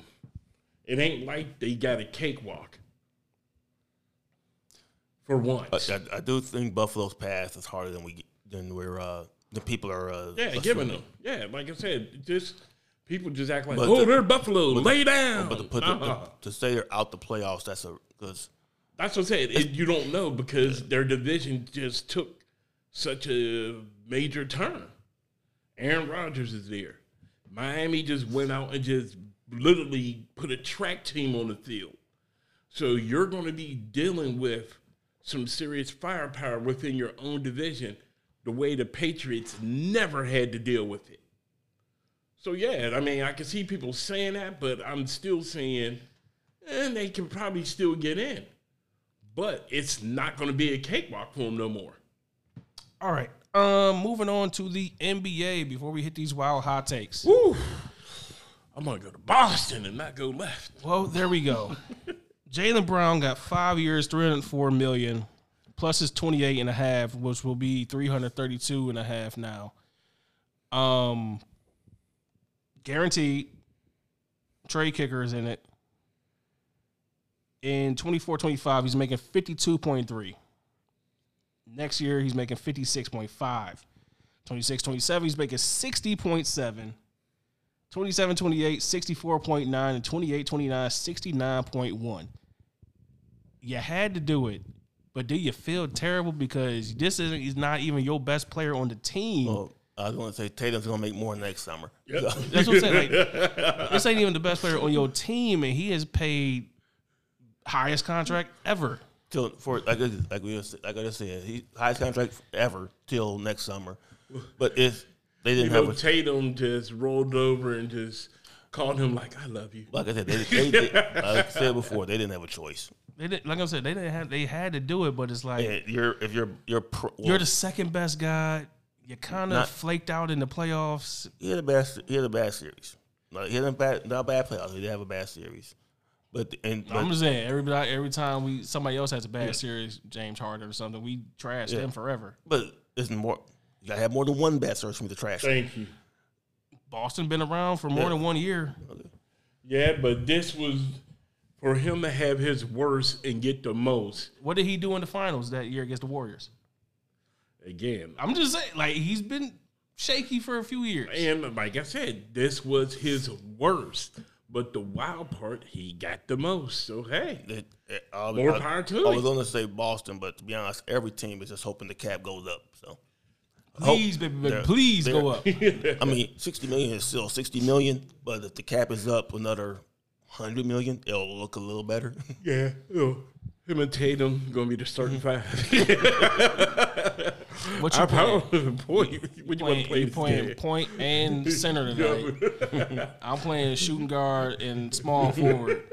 Speaker 3: it ain't like they got a cakewalk. For once.
Speaker 2: I, I do think Buffalo's pass is harder than we than we're uh, the people are. Uh,
Speaker 3: Yeah,
Speaker 2: assuming.
Speaker 3: giving them. Yeah, like I said, just people just act like,
Speaker 2: But
Speaker 3: oh,
Speaker 2: the-
Speaker 3: they're Buffalo. Lay down.
Speaker 2: But to put the,
Speaker 3: Uh-uh.
Speaker 2: to say they're out the playoffs, that's a because
Speaker 3: That's what I said. It, you don't know because their division just took such a major turn. Aaron Rodgers is there. Miami just went out and just literally put a track team on the field. So you're going to be dealing with some serious firepower within your own division, the way the Patriots never had to deal with it. So yeah, I mean, I can see people saying that, but I'm still saying, and they can probably still get in, but it's not going to be a cakewalk for them no more.
Speaker 1: All right. Um, moving on to the NBA before we hit these wild hot takes.
Speaker 3: Woo! I'm gonna go to Boston and not go left.
Speaker 1: Well, there we go. Jalen Brown got five years, three hundred four million, plus his twenty eight and a half, which will be three hundred thirty two and a half now. Um, guaranteed. Trey kicker is in it. In 24-25, he's making fifty two point three. Next year, he's making fifty six point five. 26 27, he's making 60.7. 27 28, 64.9, and 28 29, 69.1. You had to do it But do you feel terrible because this isn't he's not even your best player on the team?
Speaker 2: Well, I was going to say Tatum's going to make more next summer.
Speaker 1: That's what I'm saying. Like, this ain't even the best player on your team, and he has paid highest contract ever.
Speaker 2: till for like I- like we was- like I just said, he highest contract ever till next summer. But if they didn't
Speaker 3: You know,
Speaker 2: have a,
Speaker 3: Tatum just rolled over and just called him like, "I love you."
Speaker 2: like I said, they, they, they like I said before, they didn't have a choice.
Speaker 1: They didn't, like I said, they didn't have they had to do it, but it's like
Speaker 2: And you're if you're you're pro, well,
Speaker 1: you're the second best guy. You kind of
Speaker 2: Not-
Speaker 1: flaked out in the playoffs.
Speaker 2: he had a bad se- he had a bad series. Like he had a bad not bad playoffs. He did have a bad series. But the- and but,
Speaker 1: I'm just saying, everybody every time we somebody else has a bad series, James Harden or something, we trash them forever.
Speaker 2: but it's more. You gotta have more than one bad search from the trash.
Speaker 3: Thank you.
Speaker 1: Boston been around for more
Speaker 2: Yeah.
Speaker 1: than one year.
Speaker 3: Yeah, but this was for him to have his worst and get the most.
Speaker 1: What did he do in the finals that year against the Warriors?
Speaker 3: Again,
Speaker 1: I'm just saying, like he's been shaky for a few years.
Speaker 3: And like I said, this was his worst. But the wild part, he got the most. So hey,
Speaker 2: It- it- I was-
Speaker 3: More
Speaker 2: I-
Speaker 3: power to
Speaker 2: I
Speaker 3: him.
Speaker 2: was gonna say Boston, but to be honest, every team is just hoping the cap goes up. So hope-
Speaker 1: Please, baby, baby,
Speaker 2: They're-
Speaker 1: please
Speaker 2: they're-
Speaker 1: go up.
Speaker 2: I mean, sixty million is still sixty million, but if the cap is up another hundred million, it'll look a little better.
Speaker 3: yeah, you know, him and Tatum gonna be the starting five.
Speaker 1: What you
Speaker 3: I
Speaker 1: playing?
Speaker 3: probably boy, would you want
Speaker 1: Playing,
Speaker 3: to play
Speaker 1: you
Speaker 3: this
Speaker 1: playing
Speaker 3: game?
Speaker 1: point and center tonight. I'm playing shooting guard and small forward.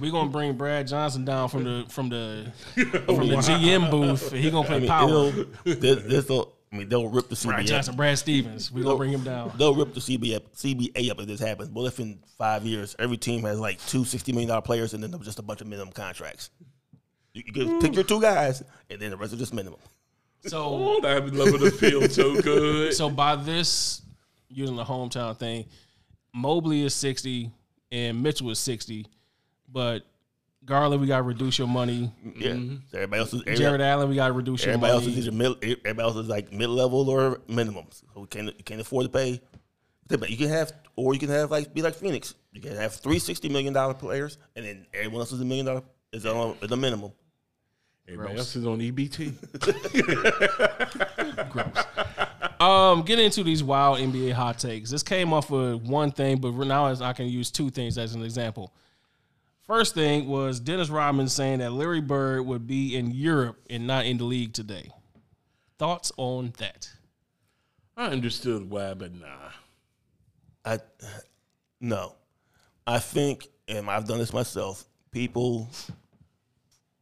Speaker 1: We're gonna bring Brad Johnson down from the from the from the GM booth. and He gonna play power.
Speaker 2: It'll, this, this'll- I mean, they'll rip the
Speaker 1: Brad
Speaker 2: CBA.
Speaker 1: Johnson, Brad Stevens. We gonna bring him down.
Speaker 2: They'll rip the CBA up, CBA up if this happens. But if in five years every team has like two $60 million players and then there's just a bunch of minimum contracts, you, you can pick your two guys and then the rest are just minimum.
Speaker 1: So
Speaker 3: Oh, that level to feel so good.
Speaker 1: so by this using the hometown thing, Mobley is sixty and Mitchell is sixty, but Garland, we gotta reduce your money.
Speaker 2: Yeah. So everybody else is
Speaker 1: Jared
Speaker 2: everybody,
Speaker 1: Allen, we gotta reduce your
Speaker 2: everybody
Speaker 1: money.
Speaker 2: else is either mid, everybody else is like mid level or minimums. So we can't you can't afford to pay. But you can have or you can have like be like Phoenix. You can have three sixty million dollar players and then everyone else is a million dollar is on is a minimum.
Speaker 3: Everybody else is on
Speaker 2: E
Speaker 3: EBT.
Speaker 1: Um, get into these wild NBA hot takes. This came off of one thing, but now I can use two things as an example. First thing was Dennis Rodman saying that Larry Bird would be in Europe and not in the league today. Thoughts on that?
Speaker 3: I understood why, but nah.
Speaker 2: I no. I think, and I've done this myself. People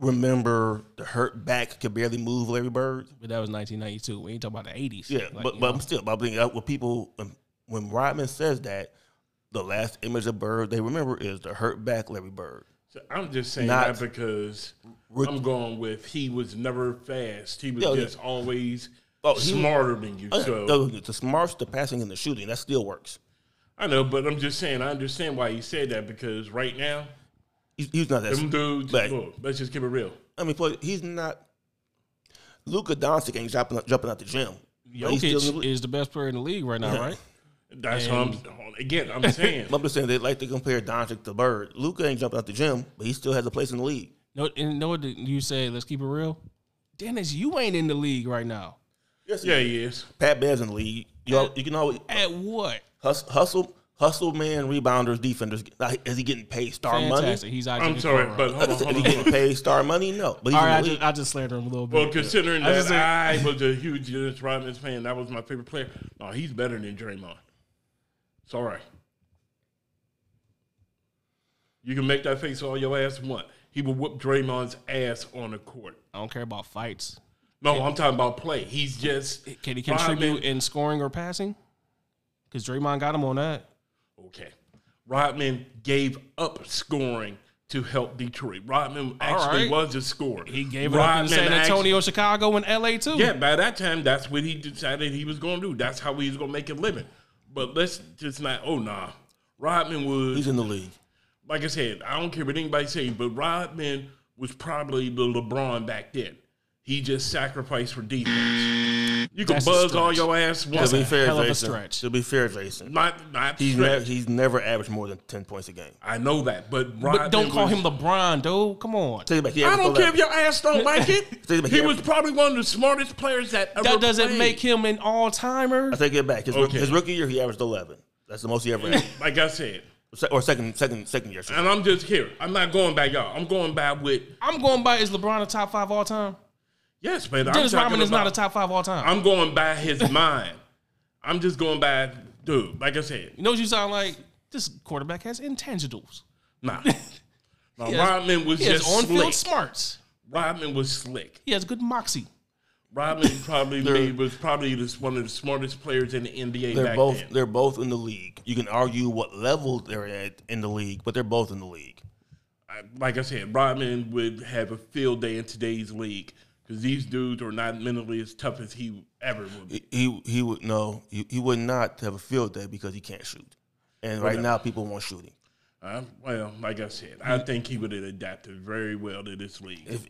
Speaker 2: remember the hurt back could barely move Larry Bird.
Speaker 1: But that was 1992. We ain't talking about the 80s.
Speaker 2: Yeah,
Speaker 1: Like,
Speaker 2: but
Speaker 1: you
Speaker 2: but
Speaker 1: know,
Speaker 2: I'm still. But I'm thinking uh, when people when, when Rodman says that, the last image of Bird they remember is the hurt back Larry Bird.
Speaker 3: So I'm just saying
Speaker 2: Not-
Speaker 3: that because
Speaker 2: Ru-
Speaker 3: I'm going with he was never fast. He was
Speaker 2: Yeah,
Speaker 3: just always
Speaker 2: Oh, he-
Speaker 3: smarter than you.
Speaker 2: Uh,
Speaker 3: so
Speaker 2: the, the smarts, the passing, and the shooting that still works.
Speaker 3: I know, but I'm just saying I understand why he said that because right now
Speaker 2: He's, he's not that.
Speaker 3: them dudes.
Speaker 2: But-
Speaker 3: look, let's just keep it real.
Speaker 2: I mean, play, he's not. Luka Doncic ain't jumping jumping out the gym. But he's still in
Speaker 1: Jokic
Speaker 2: the-
Speaker 1: is the best player in the league right now, right?
Speaker 3: That's what I'm again. I'm saying
Speaker 2: I'm just saying they like to compare Doncic to Bird. Luka ain't jumping out the gym, but he still has a place in the league.
Speaker 1: No, and know what you say? Let's keep it real. Dennis, you ain't in the league right now.
Speaker 2: Yes,
Speaker 3: yeah, he is.
Speaker 2: Pat Bev's in the league. You, all, you can always
Speaker 1: At what?
Speaker 2: hustle, hustle, hustle man, rebounders, defenders. Like, Is he getting paid star
Speaker 1: Fantastic.
Speaker 2: money?
Speaker 1: He's out
Speaker 3: I'm sorry, but hold on,
Speaker 2: Is he
Speaker 3: hold on. hold on.
Speaker 2: getting paid star money? No, but he's
Speaker 1: All right, I
Speaker 2: in the league.
Speaker 1: just, I just slandered him a little bit.
Speaker 3: Well, considering
Speaker 1: I just
Speaker 3: that I was a huge Dennis Rodman fan, that was my favorite player. No, he's better than Draymond. It's all right. You can make that face all your ass want. He will whoop Draymond's ass on the court.
Speaker 1: I don't care about fights.
Speaker 3: No, I'm talking about play. He's just
Speaker 1: Can he
Speaker 3: Rodman-
Speaker 1: contribute in scoring or passing? Because Draymond got him on that.
Speaker 3: Okay. Rodman gave up scoring to help Detroit. Rodman actually
Speaker 1: right.
Speaker 3: was a scorer.
Speaker 1: He gave it up in San Antonio, Chicago, and LA too.
Speaker 3: yeah, by that time, that's what he decided he was going to do. That's how he was going to make a living. But let's just not, oh, nah. Rodman
Speaker 2: he's
Speaker 3: was,
Speaker 2: in the league.
Speaker 3: like I said, I don't care what anybody say, but Rodman was probably the LeBron back then. He just sacrificed for defense. You can
Speaker 1: That's a
Speaker 3: buzz all
Speaker 1: stretch.
Speaker 3: your ass
Speaker 2: To
Speaker 3: once.
Speaker 2: be fair,
Speaker 1: hell of a
Speaker 2: Jason.
Speaker 1: stretch.
Speaker 2: To be fair, Jason.
Speaker 3: Not, not
Speaker 2: He's,
Speaker 3: stretch.
Speaker 2: ne- he's never averaged more than 10 points a game.
Speaker 3: I know that, but Rodman
Speaker 1: But don't call
Speaker 3: was-
Speaker 1: him LeBron, dude. Come on.
Speaker 2: Take it back. He
Speaker 3: I
Speaker 2: averaged
Speaker 3: don't care if
Speaker 2: 11.
Speaker 3: your ass don't like
Speaker 2: Take it
Speaker 3: it.
Speaker 2: back.
Speaker 3: he was probably one of the smartest players that ever
Speaker 1: That doesn't
Speaker 3: played.
Speaker 1: make him an all timer.
Speaker 2: I take it back. His,
Speaker 3: Okay.
Speaker 2: his rookie year, he averaged 11. That's the most he ever had.
Speaker 3: Like I said,
Speaker 2: Se- or second, second, second year.
Speaker 3: and I'm just here. I'm not going by y'all. I'm going by with
Speaker 1: I'm going by is LeBron a top five all time?
Speaker 3: yes, but I'm
Speaker 1: Dennis
Speaker 3: talking
Speaker 1: Rodman is not a
Speaker 3: about-
Speaker 1: top five all time.
Speaker 3: I'm going by his mind. I'm just going by dude. Like I said,
Speaker 1: you know what you sound like? This quarterback has intangibles.
Speaker 3: nah. Now,
Speaker 1: has-
Speaker 3: Rodman was
Speaker 1: He has
Speaker 3: just
Speaker 1: on
Speaker 3: slick.
Speaker 1: field smarts.
Speaker 3: Rodman was slick.
Speaker 1: He has good moxie.
Speaker 3: Rodman probably made, was probably just one of the smartest players in the NBA
Speaker 2: They're
Speaker 3: back
Speaker 2: both
Speaker 3: then.
Speaker 2: they're both in the league. You can argue what level they're at in the league, but they're both in the league.
Speaker 3: I- like I said, Rodman would have a field day in today's league because these dudes are not mentally as tough as he ever would be.
Speaker 2: He- He he would no, he, he would not have a field day because he can't shoot. And right now people want shooting.
Speaker 3: Uh, well, like I said, I think he would have adapted very well to this league.
Speaker 2: If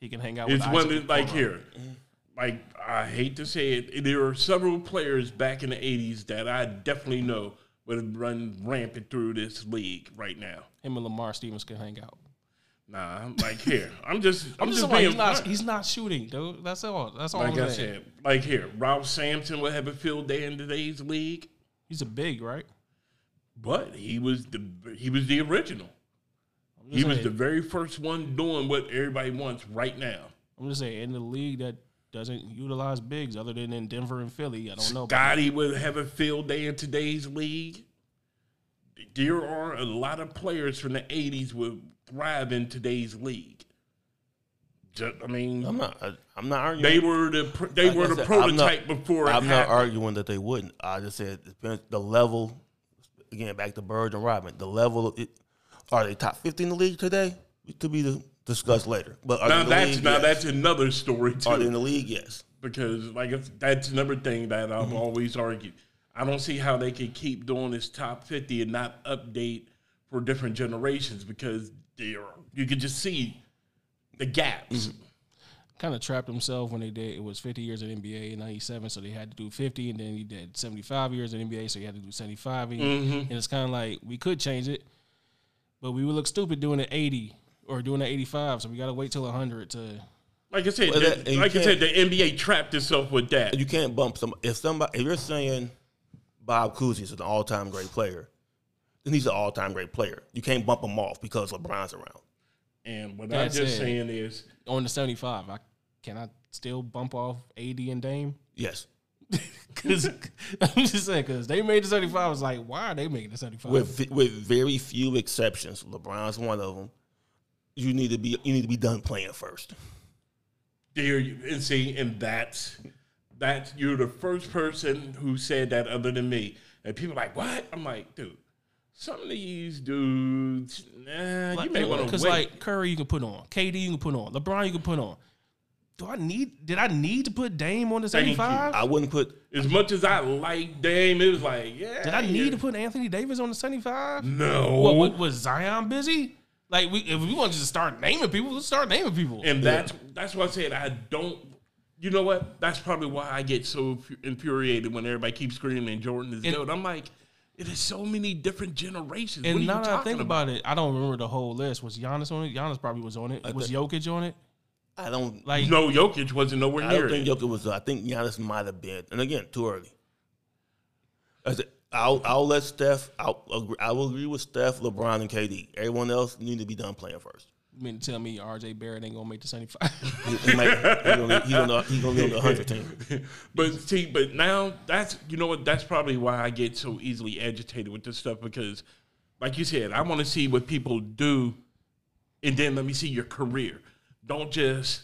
Speaker 1: He can hang out with
Speaker 3: it's one
Speaker 1: Isaac
Speaker 3: that, like
Speaker 1: Okoro.
Speaker 3: here, like I hate to say it, there are several players back in the '80s that I definitely know would have run rampant through this league right now.
Speaker 1: Him and Lamar Stevens can hang out.
Speaker 3: Nah, I'm like here, I'm just,
Speaker 1: I'm
Speaker 3: I'm,
Speaker 1: just saying
Speaker 3: just being
Speaker 1: he's not,
Speaker 3: blunt.
Speaker 1: he's not shooting, dude. That's all. That's all
Speaker 3: like
Speaker 1: I'm
Speaker 3: I
Speaker 1: saying.
Speaker 3: said, like here, Ralph Sampson would have a field day in today's league.
Speaker 1: He's a big, right?
Speaker 3: But he was the he was the original.
Speaker 1: I'm just
Speaker 3: He was
Speaker 1: saying-
Speaker 3: the very first one doing what everybody wants right now.
Speaker 1: I'm just saying, in the league that doesn't utilize bigs other than in Denver and Philly, I don't know. about
Speaker 3: Gotti would have a field day in today's league. There are a lot of players from the '80s would thrive in today's league. Ju- I mean,
Speaker 2: I'm not I, I'm not arguing
Speaker 3: they were the pr- they
Speaker 2: Like
Speaker 3: were
Speaker 2: I
Speaker 3: the
Speaker 2: said, I'm not-
Speaker 3: prototype before.
Speaker 2: I'm
Speaker 3: it
Speaker 2: not
Speaker 3: happened.
Speaker 2: arguing that they wouldn't. I just said it depends the level. Again, back to Bird and Robin. The level it, are they top fifty in the league today? To be dis- discussed later. But are they
Speaker 3: Now
Speaker 2: in the
Speaker 3: that's
Speaker 2: league?
Speaker 3: now
Speaker 2: Yes.
Speaker 3: that's another story too.
Speaker 2: are they in the league? Yes.
Speaker 3: because like it's- that's another thing that I've
Speaker 2: Mm-hmm.
Speaker 3: always argued. I don't see how they can keep doing this top fifty and not update for different generations because they are you can just see the
Speaker 2: Mm-hmm.
Speaker 3: gaps.
Speaker 1: kind of trapped himself when they did. It was 50 years at NBA in '97, so they had to do 50, and then he did 75 years at NBA, so he had to do 75. And, and it's kind of like we could change it, but we would look stupid doing an 80 or doing an 85. So we got to wait till 100 to.
Speaker 3: Like I said,
Speaker 2: Well, that-
Speaker 3: the-
Speaker 2: and you
Speaker 3: like I said,
Speaker 2: can't-
Speaker 3: the NBA trapped itself with that.
Speaker 2: you can't bump some if somebody if you're saying Bob Cousy is an all time great player, then he's an all time great player. You can't bump him off because LeBron's around.
Speaker 3: And what I'm
Speaker 1: That's
Speaker 3: just
Speaker 1: it.
Speaker 3: saying is,
Speaker 1: on the 75. I can I still bump off AD and Dame?
Speaker 2: Yes,
Speaker 1: Cause I'm just saying, cause they made the 75. I was like, why are they making the 75?
Speaker 2: with with very few exceptions, LeBron's one of them. You need to be you need to be done playing first.
Speaker 3: there you and see, and that's that's you're the first person who said that other than me. And people are like, what? I'm like, dude, some of these dudes, nah, you may want to
Speaker 1: because
Speaker 3: wait.
Speaker 1: like Curry, you can put on KD, you can put on LeBron, you can put on. Do I need? Did I need to put Dame on the
Speaker 3: Thank you.
Speaker 1: 75?
Speaker 2: I wouldn't put
Speaker 3: As much as I like Dame, it was like, yeah.
Speaker 1: Did I need
Speaker 3: yeah.
Speaker 1: to put Anthony Davis on the 75?
Speaker 3: No.
Speaker 1: What, what- was Zion busy? Like we, if we want to just start naming people, let's start naming people.
Speaker 3: and that's that's why I said I don't. You know what? That's probably why I get so fu- infuriated when everybody keeps screaming Jordan is
Speaker 1: And-
Speaker 3: goat. I'm like, it is so many different generations. what are
Speaker 1: and
Speaker 3: you
Speaker 1: now that I
Speaker 3: talking
Speaker 1: think about it, I don't remember the whole list. Was Giannis on it? Giannis probably was on it. was Jokic on it?
Speaker 2: I don't
Speaker 1: Like
Speaker 3: No, Jokic wasn't nowhere
Speaker 2: I don't
Speaker 3: near
Speaker 2: think
Speaker 3: it.
Speaker 2: Jokic was I think Giannis might have been and again too early. I said, I'll I'll let Steph I'll agree, I will agree with Steph, LeBron, and KD. Everyone else need to be done playing first.
Speaker 1: you mean to tell me RJ Barrett ain't gonna make the 75?
Speaker 2: He- he might- he gonna be- he gonna he gonna be on the hundred team.
Speaker 3: but see, but now that's you know what? That's probably why I get so easily agitated with this stuff because, like you said, I want to see what people do, and then let me see your career. Don't just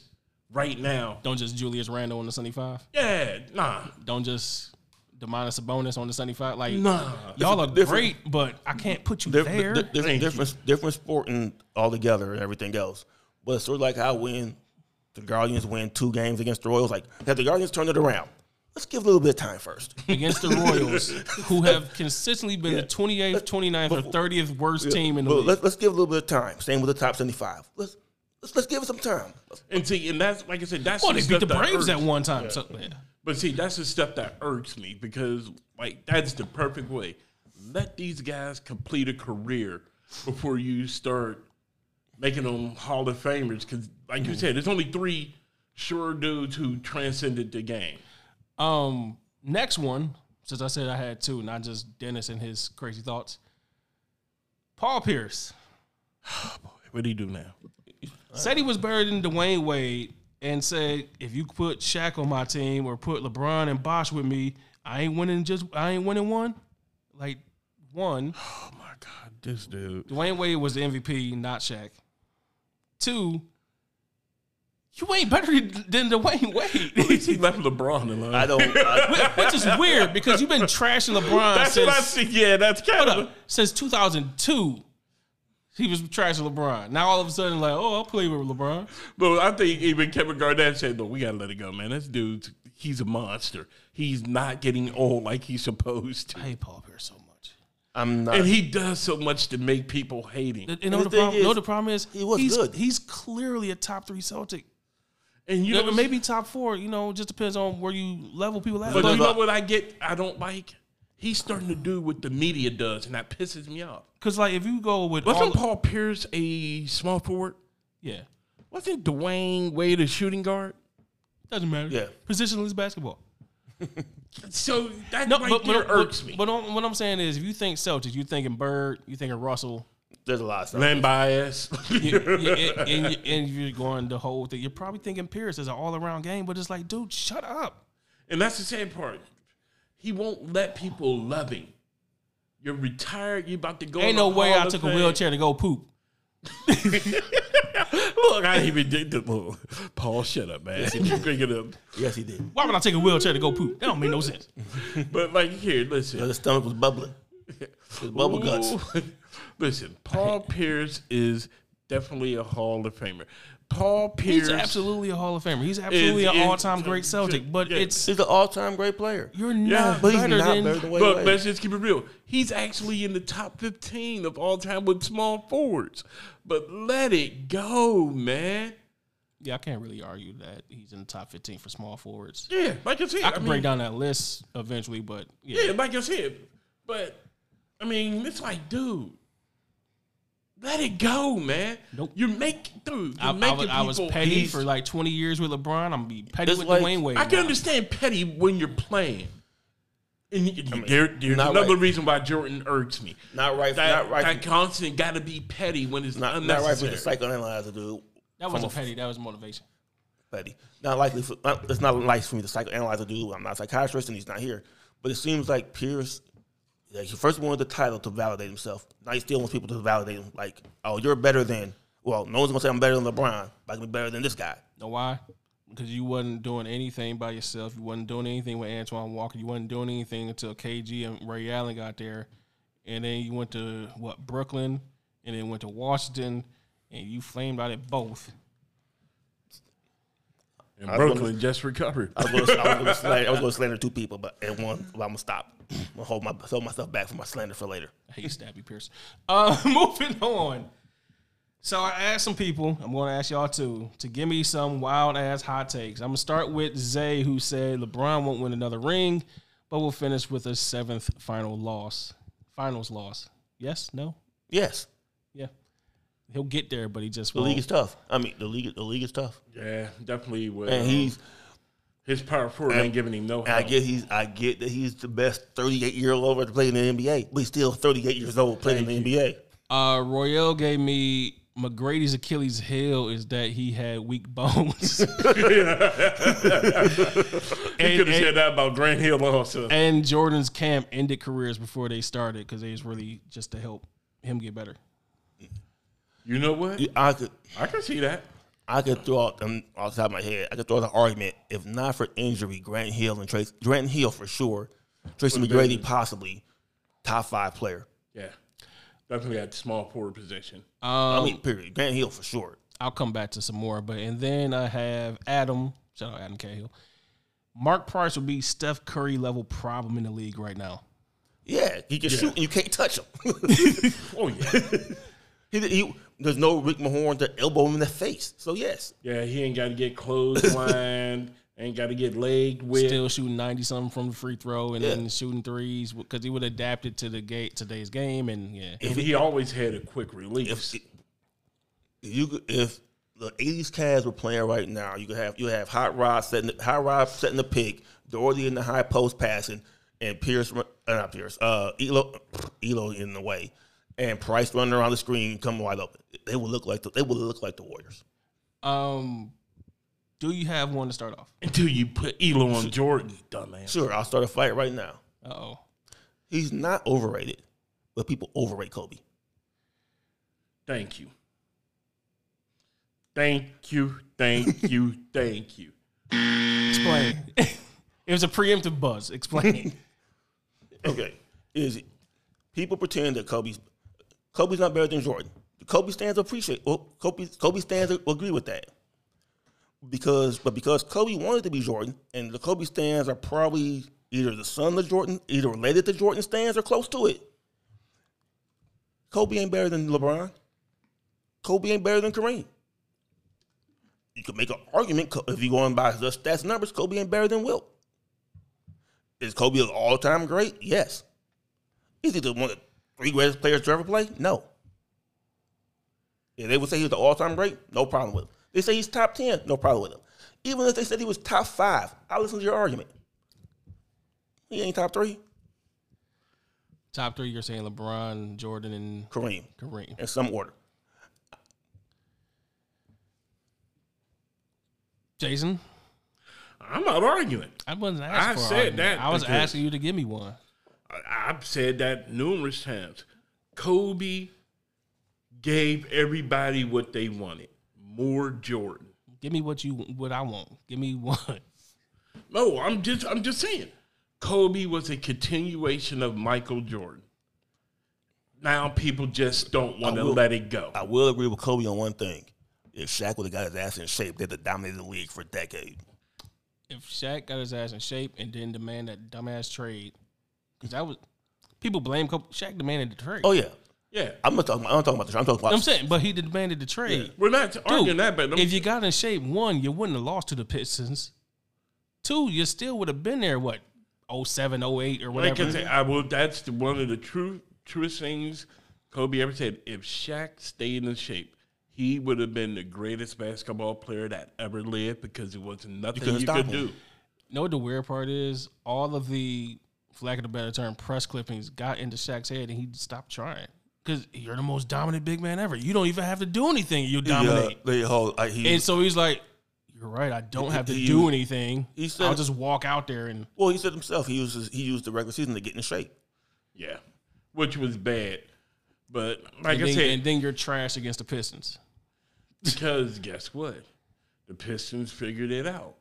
Speaker 3: right now.
Speaker 1: Don't just Julius Randle on the 75.
Speaker 3: Yeah, nah,
Speaker 1: Don't just Demonis Sabonis on the 75. Like
Speaker 3: nah.
Speaker 1: y'all are
Speaker 2: Different-
Speaker 1: great, but I can't put you
Speaker 2: There,
Speaker 1: there.
Speaker 2: there- there's
Speaker 3: Thank
Speaker 2: different different sport and altogether and everything else. But it's sort of like I win, the Guardians win two games against the Royals. Like have the Guardians turned it around. Let's give a little bit of time first.
Speaker 1: against the Royals, who have consistently been the 28th, 29th, or 30th worst team in the
Speaker 2: But
Speaker 1: league.
Speaker 2: let's let's give a little bit of time. Same with the top seventy five. Let's Let's let's give it some time.
Speaker 3: And see, and that's like I said, that's
Speaker 1: Well, they beat
Speaker 3: stuff
Speaker 1: the
Speaker 3: that
Speaker 1: Braves at
Speaker 3: irks-
Speaker 1: one time. So yeah.
Speaker 3: But see, that's the stuff that irks me because like that's the perfect way. Let these guys complete a career before you start making them Hall of Famers. Because like you said, there's only three sure dudes who transcended the game.
Speaker 1: Um, next one, since I said I had two, not just Dennis and his crazy thoughts. Paul Pierce
Speaker 3: What do you do now?
Speaker 1: said he was buried in Dwayne Wade and said, "If you put Shaq on my team or put LeBron and Bosh with me, I ain't winning. Just I ain't winning one, like one."
Speaker 3: Oh my God, this dude.
Speaker 1: Dwayne Wade was the MVP, not Shaq. Two, you ain't better than than Dwayne
Speaker 3: At
Speaker 1: Wade,
Speaker 3: least he left LeBron alone.
Speaker 2: I don't. I,
Speaker 1: which is weird because you've been trashing LeBron
Speaker 3: That's
Speaker 1: since
Speaker 3: what I see. Yeah, that's kind
Speaker 1: Hold
Speaker 3: of.
Speaker 1: up. Since 2002, he was trash to LeBron. Now all of a sudden, like, oh, I'll play with LeBron.
Speaker 3: But I think even Kevin Garnett said, "Look, we gotta let it go, man. This dude's he's a monster. He's not getting old like he's supposed to,
Speaker 1: I hate Paul Pierce so much.
Speaker 2: I'm not.
Speaker 3: and he does so much to make people hate him.
Speaker 1: And, you know
Speaker 2: the
Speaker 1: the,
Speaker 2: thing
Speaker 1: problem, you know
Speaker 2: is,
Speaker 1: the problem is
Speaker 2: he was
Speaker 1: he's,
Speaker 2: good.
Speaker 1: He's clearly a top three Celtic.
Speaker 3: And you
Speaker 1: You
Speaker 3: know,
Speaker 1: know,
Speaker 3: what's-
Speaker 1: maybe top four. You know, just depends on where you level people at.
Speaker 3: But you
Speaker 2: Look,
Speaker 3: know what I get? I don't like. He's starting to do what the media does, and that pisses me off.
Speaker 1: Because like if you go with all,
Speaker 3: Wasn't Paul Pierce a small forward?
Speaker 1: yeah,
Speaker 3: Wasn't Dwayne Wade a shooting guard?
Speaker 1: doesn't matter.
Speaker 2: Yeah.
Speaker 1: positionless basketball.
Speaker 3: So that
Speaker 1: No,
Speaker 3: right
Speaker 1: but,
Speaker 3: there
Speaker 1: but,
Speaker 3: irks
Speaker 1: but,
Speaker 3: me.
Speaker 1: But on, what I'm saying is, if you think Celtics, you thinking Bird, you thinking Russell,
Speaker 2: there's a lot of stuff.
Speaker 3: Land bias.
Speaker 1: you, you- and, and, you- and you're going the whole thing. You're probably thinking Pierce is an all around game, but it's like, dude, shut up.
Speaker 3: And that's the sad part. He won't let people love him. You're retired. You're about to go. in
Speaker 1: Ain't
Speaker 3: the
Speaker 1: no way
Speaker 3: Hall
Speaker 1: I
Speaker 3: of
Speaker 1: took a
Speaker 3: Fame.
Speaker 1: wheelchair to go poop.
Speaker 3: Look, I even did the look. Paul, shut up, man. you bring it up.
Speaker 2: Yes, he did.
Speaker 1: Why would I take a wheelchair to go poop? That don't make no sense.
Speaker 3: But like here, listen.
Speaker 2: Because his stomach was bubbling. His bubble guts.
Speaker 3: Ooh. Listen, Paul Pierce is definitely a Hall of Famer. Paul
Speaker 1: He's
Speaker 3: Pierce,
Speaker 1: absolutely a Hall of Famer. He's absolutely
Speaker 3: Is-
Speaker 1: an
Speaker 3: is-
Speaker 1: all time great Celtic. But
Speaker 3: yeah.
Speaker 1: it's
Speaker 2: He's an all-time great player.
Speaker 1: you're
Speaker 3: Yeah.
Speaker 1: not
Speaker 2: But he's
Speaker 1: better
Speaker 2: not
Speaker 1: than
Speaker 2: better than Wade.
Speaker 3: But
Speaker 2: Wade.
Speaker 3: let's just keep it real. He's actually in the top 15 of all time with small forwards. But let it go, man.
Speaker 1: yeah. I can't really argue that he's in the top 15 for small forwards.
Speaker 3: Yeah, like I said,
Speaker 1: I can
Speaker 3: mean,
Speaker 1: break down that list eventually, but yeah,
Speaker 3: Yeah, like I said, but I mean, it's like, dude, let it go, man.
Speaker 1: Nope.
Speaker 3: You make, dude,
Speaker 1: I, I
Speaker 3: you're making
Speaker 1: was, I was
Speaker 3: people-
Speaker 1: petty
Speaker 2: he's-
Speaker 1: for like 20 years with LeBron. I'm gonna be petty
Speaker 2: It's
Speaker 1: with
Speaker 2: like-
Speaker 1: Dwayne Wade.
Speaker 3: I can
Speaker 1: now.
Speaker 3: understand petty when you're playing. And you, you- there- there's
Speaker 2: not
Speaker 3: another
Speaker 2: right.
Speaker 3: reason why Jordan irks me.
Speaker 2: Not right.
Speaker 3: That,
Speaker 2: not right.
Speaker 3: that constant got to be petty when it's not
Speaker 2: not, not right for
Speaker 3: unnecessary.
Speaker 2: the psychoanalyzer, dude.
Speaker 1: That wasn't petty. That was motivation.
Speaker 2: Buddy. Not likely. For, not, it's not nice for me to psychoanalyze a dude. I'm not a psychiatrist, and he's not here. But it seems like Pierce, like he first wanted the title to validate himself. Now he still wants people to validate him. Like, oh, you're better than. Well, no one's gonna say I'm better than LeBron. But I can be better than this guy.
Speaker 1: Know why? Because you wasn't doing anything by yourself. You wasn't doing anything with Antoine Walker. You wasn't doing anything until KG and Ray Allen got there, and then you went to what Brooklyn, and then went to Washington, and you flamed out at both.
Speaker 3: And
Speaker 2: I was
Speaker 3: Brooklyn just recovered.
Speaker 2: I was gonna, I was gonna, slander, I was gonna slander two people, but and one, but I'm gonna stop. I'm gonna hold, my, hold myself back for my slander for later.
Speaker 1: I hate Stabby Pierce. Uh, moving on. So I asked some people. I'm going to ask y'all too to give me some wild ass hot takes. I'm gonna start with Zay, who said LeBron won't win another ring, but we'll finish with a seventh final loss. Finals loss. Yes. No.
Speaker 2: Yes,
Speaker 1: Yeah. He'll get there, but he just
Speaker 2: the
Speaker 1: won't.
Speaker 2: league is tough. I mean, the league, the league is tough,
Speaker 3: yeah, definitely. With,
Speaker 2: and he's.
Speaker 3: his power forward ain't giving him no
Speaker 2: And I
Speaker 3: help.
Speaker 2: get he's I get that he's the best 38 year old over to play in the NBA, but he's still 38 years old playing in the NBA.
Speaker 1: Uh, Royale gave me McGrady's Achilles heel is that he had weak bones.
Speaker 3: he could have said that about Grant Hill also.
Speaker 1: and Jordan's camp ended careers before they started because they was really just to help him get better.
Speaker 3: you know what?
Speaker 2: I could
Speaker 3: I can see that.
Speaker 2: I could throw out them off the top of my head. I could throw out an argument if not for injury, Grant Hill and Trace Grant Hill for sure, Tracy McGrady possibly top five player.
Speaker 3: Yeah, definitely at small forward position.
Speaker 2: I mean, period. Grant Hill for sure.
Speaker 1: I'll come back to some more, but and then I have Adam. Shout out Adam Cahill. Mark Price would be Steph Curry level problem in the league right now.
Speaker 2: Yeah, he can shoot and you can't touch him.
Speaker 3: Oh yeah,
Speaker 2: he, he There's no Rick Mahorn to elbow him in the face. So yes,
Speaker 3: Yeah, he ain't got to get clotheslined. ain't got to get leg whipped.
Speaker 1: Still shooting ninety something from the free throw and
Speaker 2: Yeah.
Speaker 1: then shooting threes because he would adapt it to the gate today's game and yeah.
Speaker 3: and he always had a quick
Speaker 2: if
Speaker 3: release.
Speaker 2: you could- if the '80s Cavs were playing right now, you could have you have Hot Rod setting the, Hot Rod setting the pick, Doherty in the high post passing, and Pierce run- uh, not Pierce, uh, Elo Elo in the way, and Price running around the screen, coming wide open. They would look like the, they would look like the Warriors.
Speaker 1: Um, do you have one to start off?
Speaker 3: Until you put Elo on Jordan, dumbass.
Speaker 2: Sure, I'll start a fight right now.
Speaker 1: Uh oh.
Speaker 2: He's not overrated, but people overrate Kobe.
Speaker 3: Thank you. Thank you. Thank you. Thank you.
Speaker 1: Explain. it was a preemptive buzz. Explain.
Speaker 2: Okay, is people pretend that Kobe's Kobe's not better than Jordan? The Kobe stands appreciate. Well, Kobe Kobe stands agree with that because, but because Kobe wanted to be Jordan, and the Kobe stands are probably either the son of Jordan, either related to Jordan stands or close to it. Kobe ain't better than LeBron. Kobe ain't better than Kareem. You could make an argument co- if you're going by the stats numbers. Kobe ain't better than Wilt. Is Kobe an all time great? Yes. Is he the one of the three greatest players to ever play? No. If they would say he's the all time great, no problem with him. They say he's top 10, no problem with him. Even if they said he was top five, I listen to your argument. He ain't top three.
Speaker 1: Top three. You're saying LeBron, Jordan, and
Speaker 2: Kareem,
Speaker 1: Kareem.
Speaker 2: in some order.
Speaker 1: Jason,
Speaker 3: I'm not arguing.
Speaker 1: I wasn't asking.
Speaker 3: I
Speaker 1: for an
Speaker 3: said
Speaker 1: argument.
Speaker 3: that
Speaker 1: I was
Speaker 3: because-
Speaker 1: asking you to give me one.
Speaker 3: I- I've said that numerous times. Kobe gave everybody what they wanted. More Jordan.
Speaker 1: Give me what you what I want. Give me one.
Speaker 3: No, I'm just I'm just saying. Kobe was a continuation of Michael Jordan. Now people just don't want to
Speaker 2: will-
Speaker 3: let it go.
Speaker 2: I will agree with Kobe on one thing. If Shaq would have got his ass in shape, they'd have dominated the league for a decade.
Speaker 1: If Shaq got his ass in shape and didn't demand that dumbass trade, because that was people blame Kobe. Shaq demanded the trade.
Speaker 2: Oh, yeah.
Speaker 3: yeah.
Speaker 2: I'm not talking, I'm not talking about this. I'm talking about
Speaker 1: I'm saying, but he demanded the trade.
Speaker 3: We're not arguing
Speaker 1: Dude,
Speaker 3: that, but I'm-
Speaker 1: if you got in shape, one, you wouldn't have lost to the Pistons. Two, you still would have been there, what, 07, 08 or
Speaker 3: like
Speaker 1: whatever.
Speaker 3: I, say, I will that's the, one of the true truest things Kobe ever said. If Shaq stayed in shape, he would have been the greatest basketball player that ever lived because there was nothing
Speaker 2: couldn't
Speaker 3: you
Speaker 2: stop
Speaker 3: could
Speaker 2: him.
Speaker 3: do.
Speaker 1: You know what the weird part is? All of the, for lack of a better term, press clippings got into Shaq's head and he stopped trying. Because you're the most dominant big man ever. You don't even have to do anything. You dominate.
Speaker 2: Yeah, they hold- like, he-
Speaker 1: And so he's like, you're right. I don't have to
Speaker 2: He-
Speaker 1: do anything.
Speaker 2: he said-
Speaker 1: I'll just walk out there and
Speaker 2: Well, he said himself he uses he used the regular season to get in shape.
Speaker 3: Yeah. Which was bad. But like
Speaker 1: and
Speaker 3: I
Speaker 1: then,
Speaker 3: said,
Speaker 1: and then you're trash against the Pistons.
Speaker 3: Because guess what? The Pistons figured it out.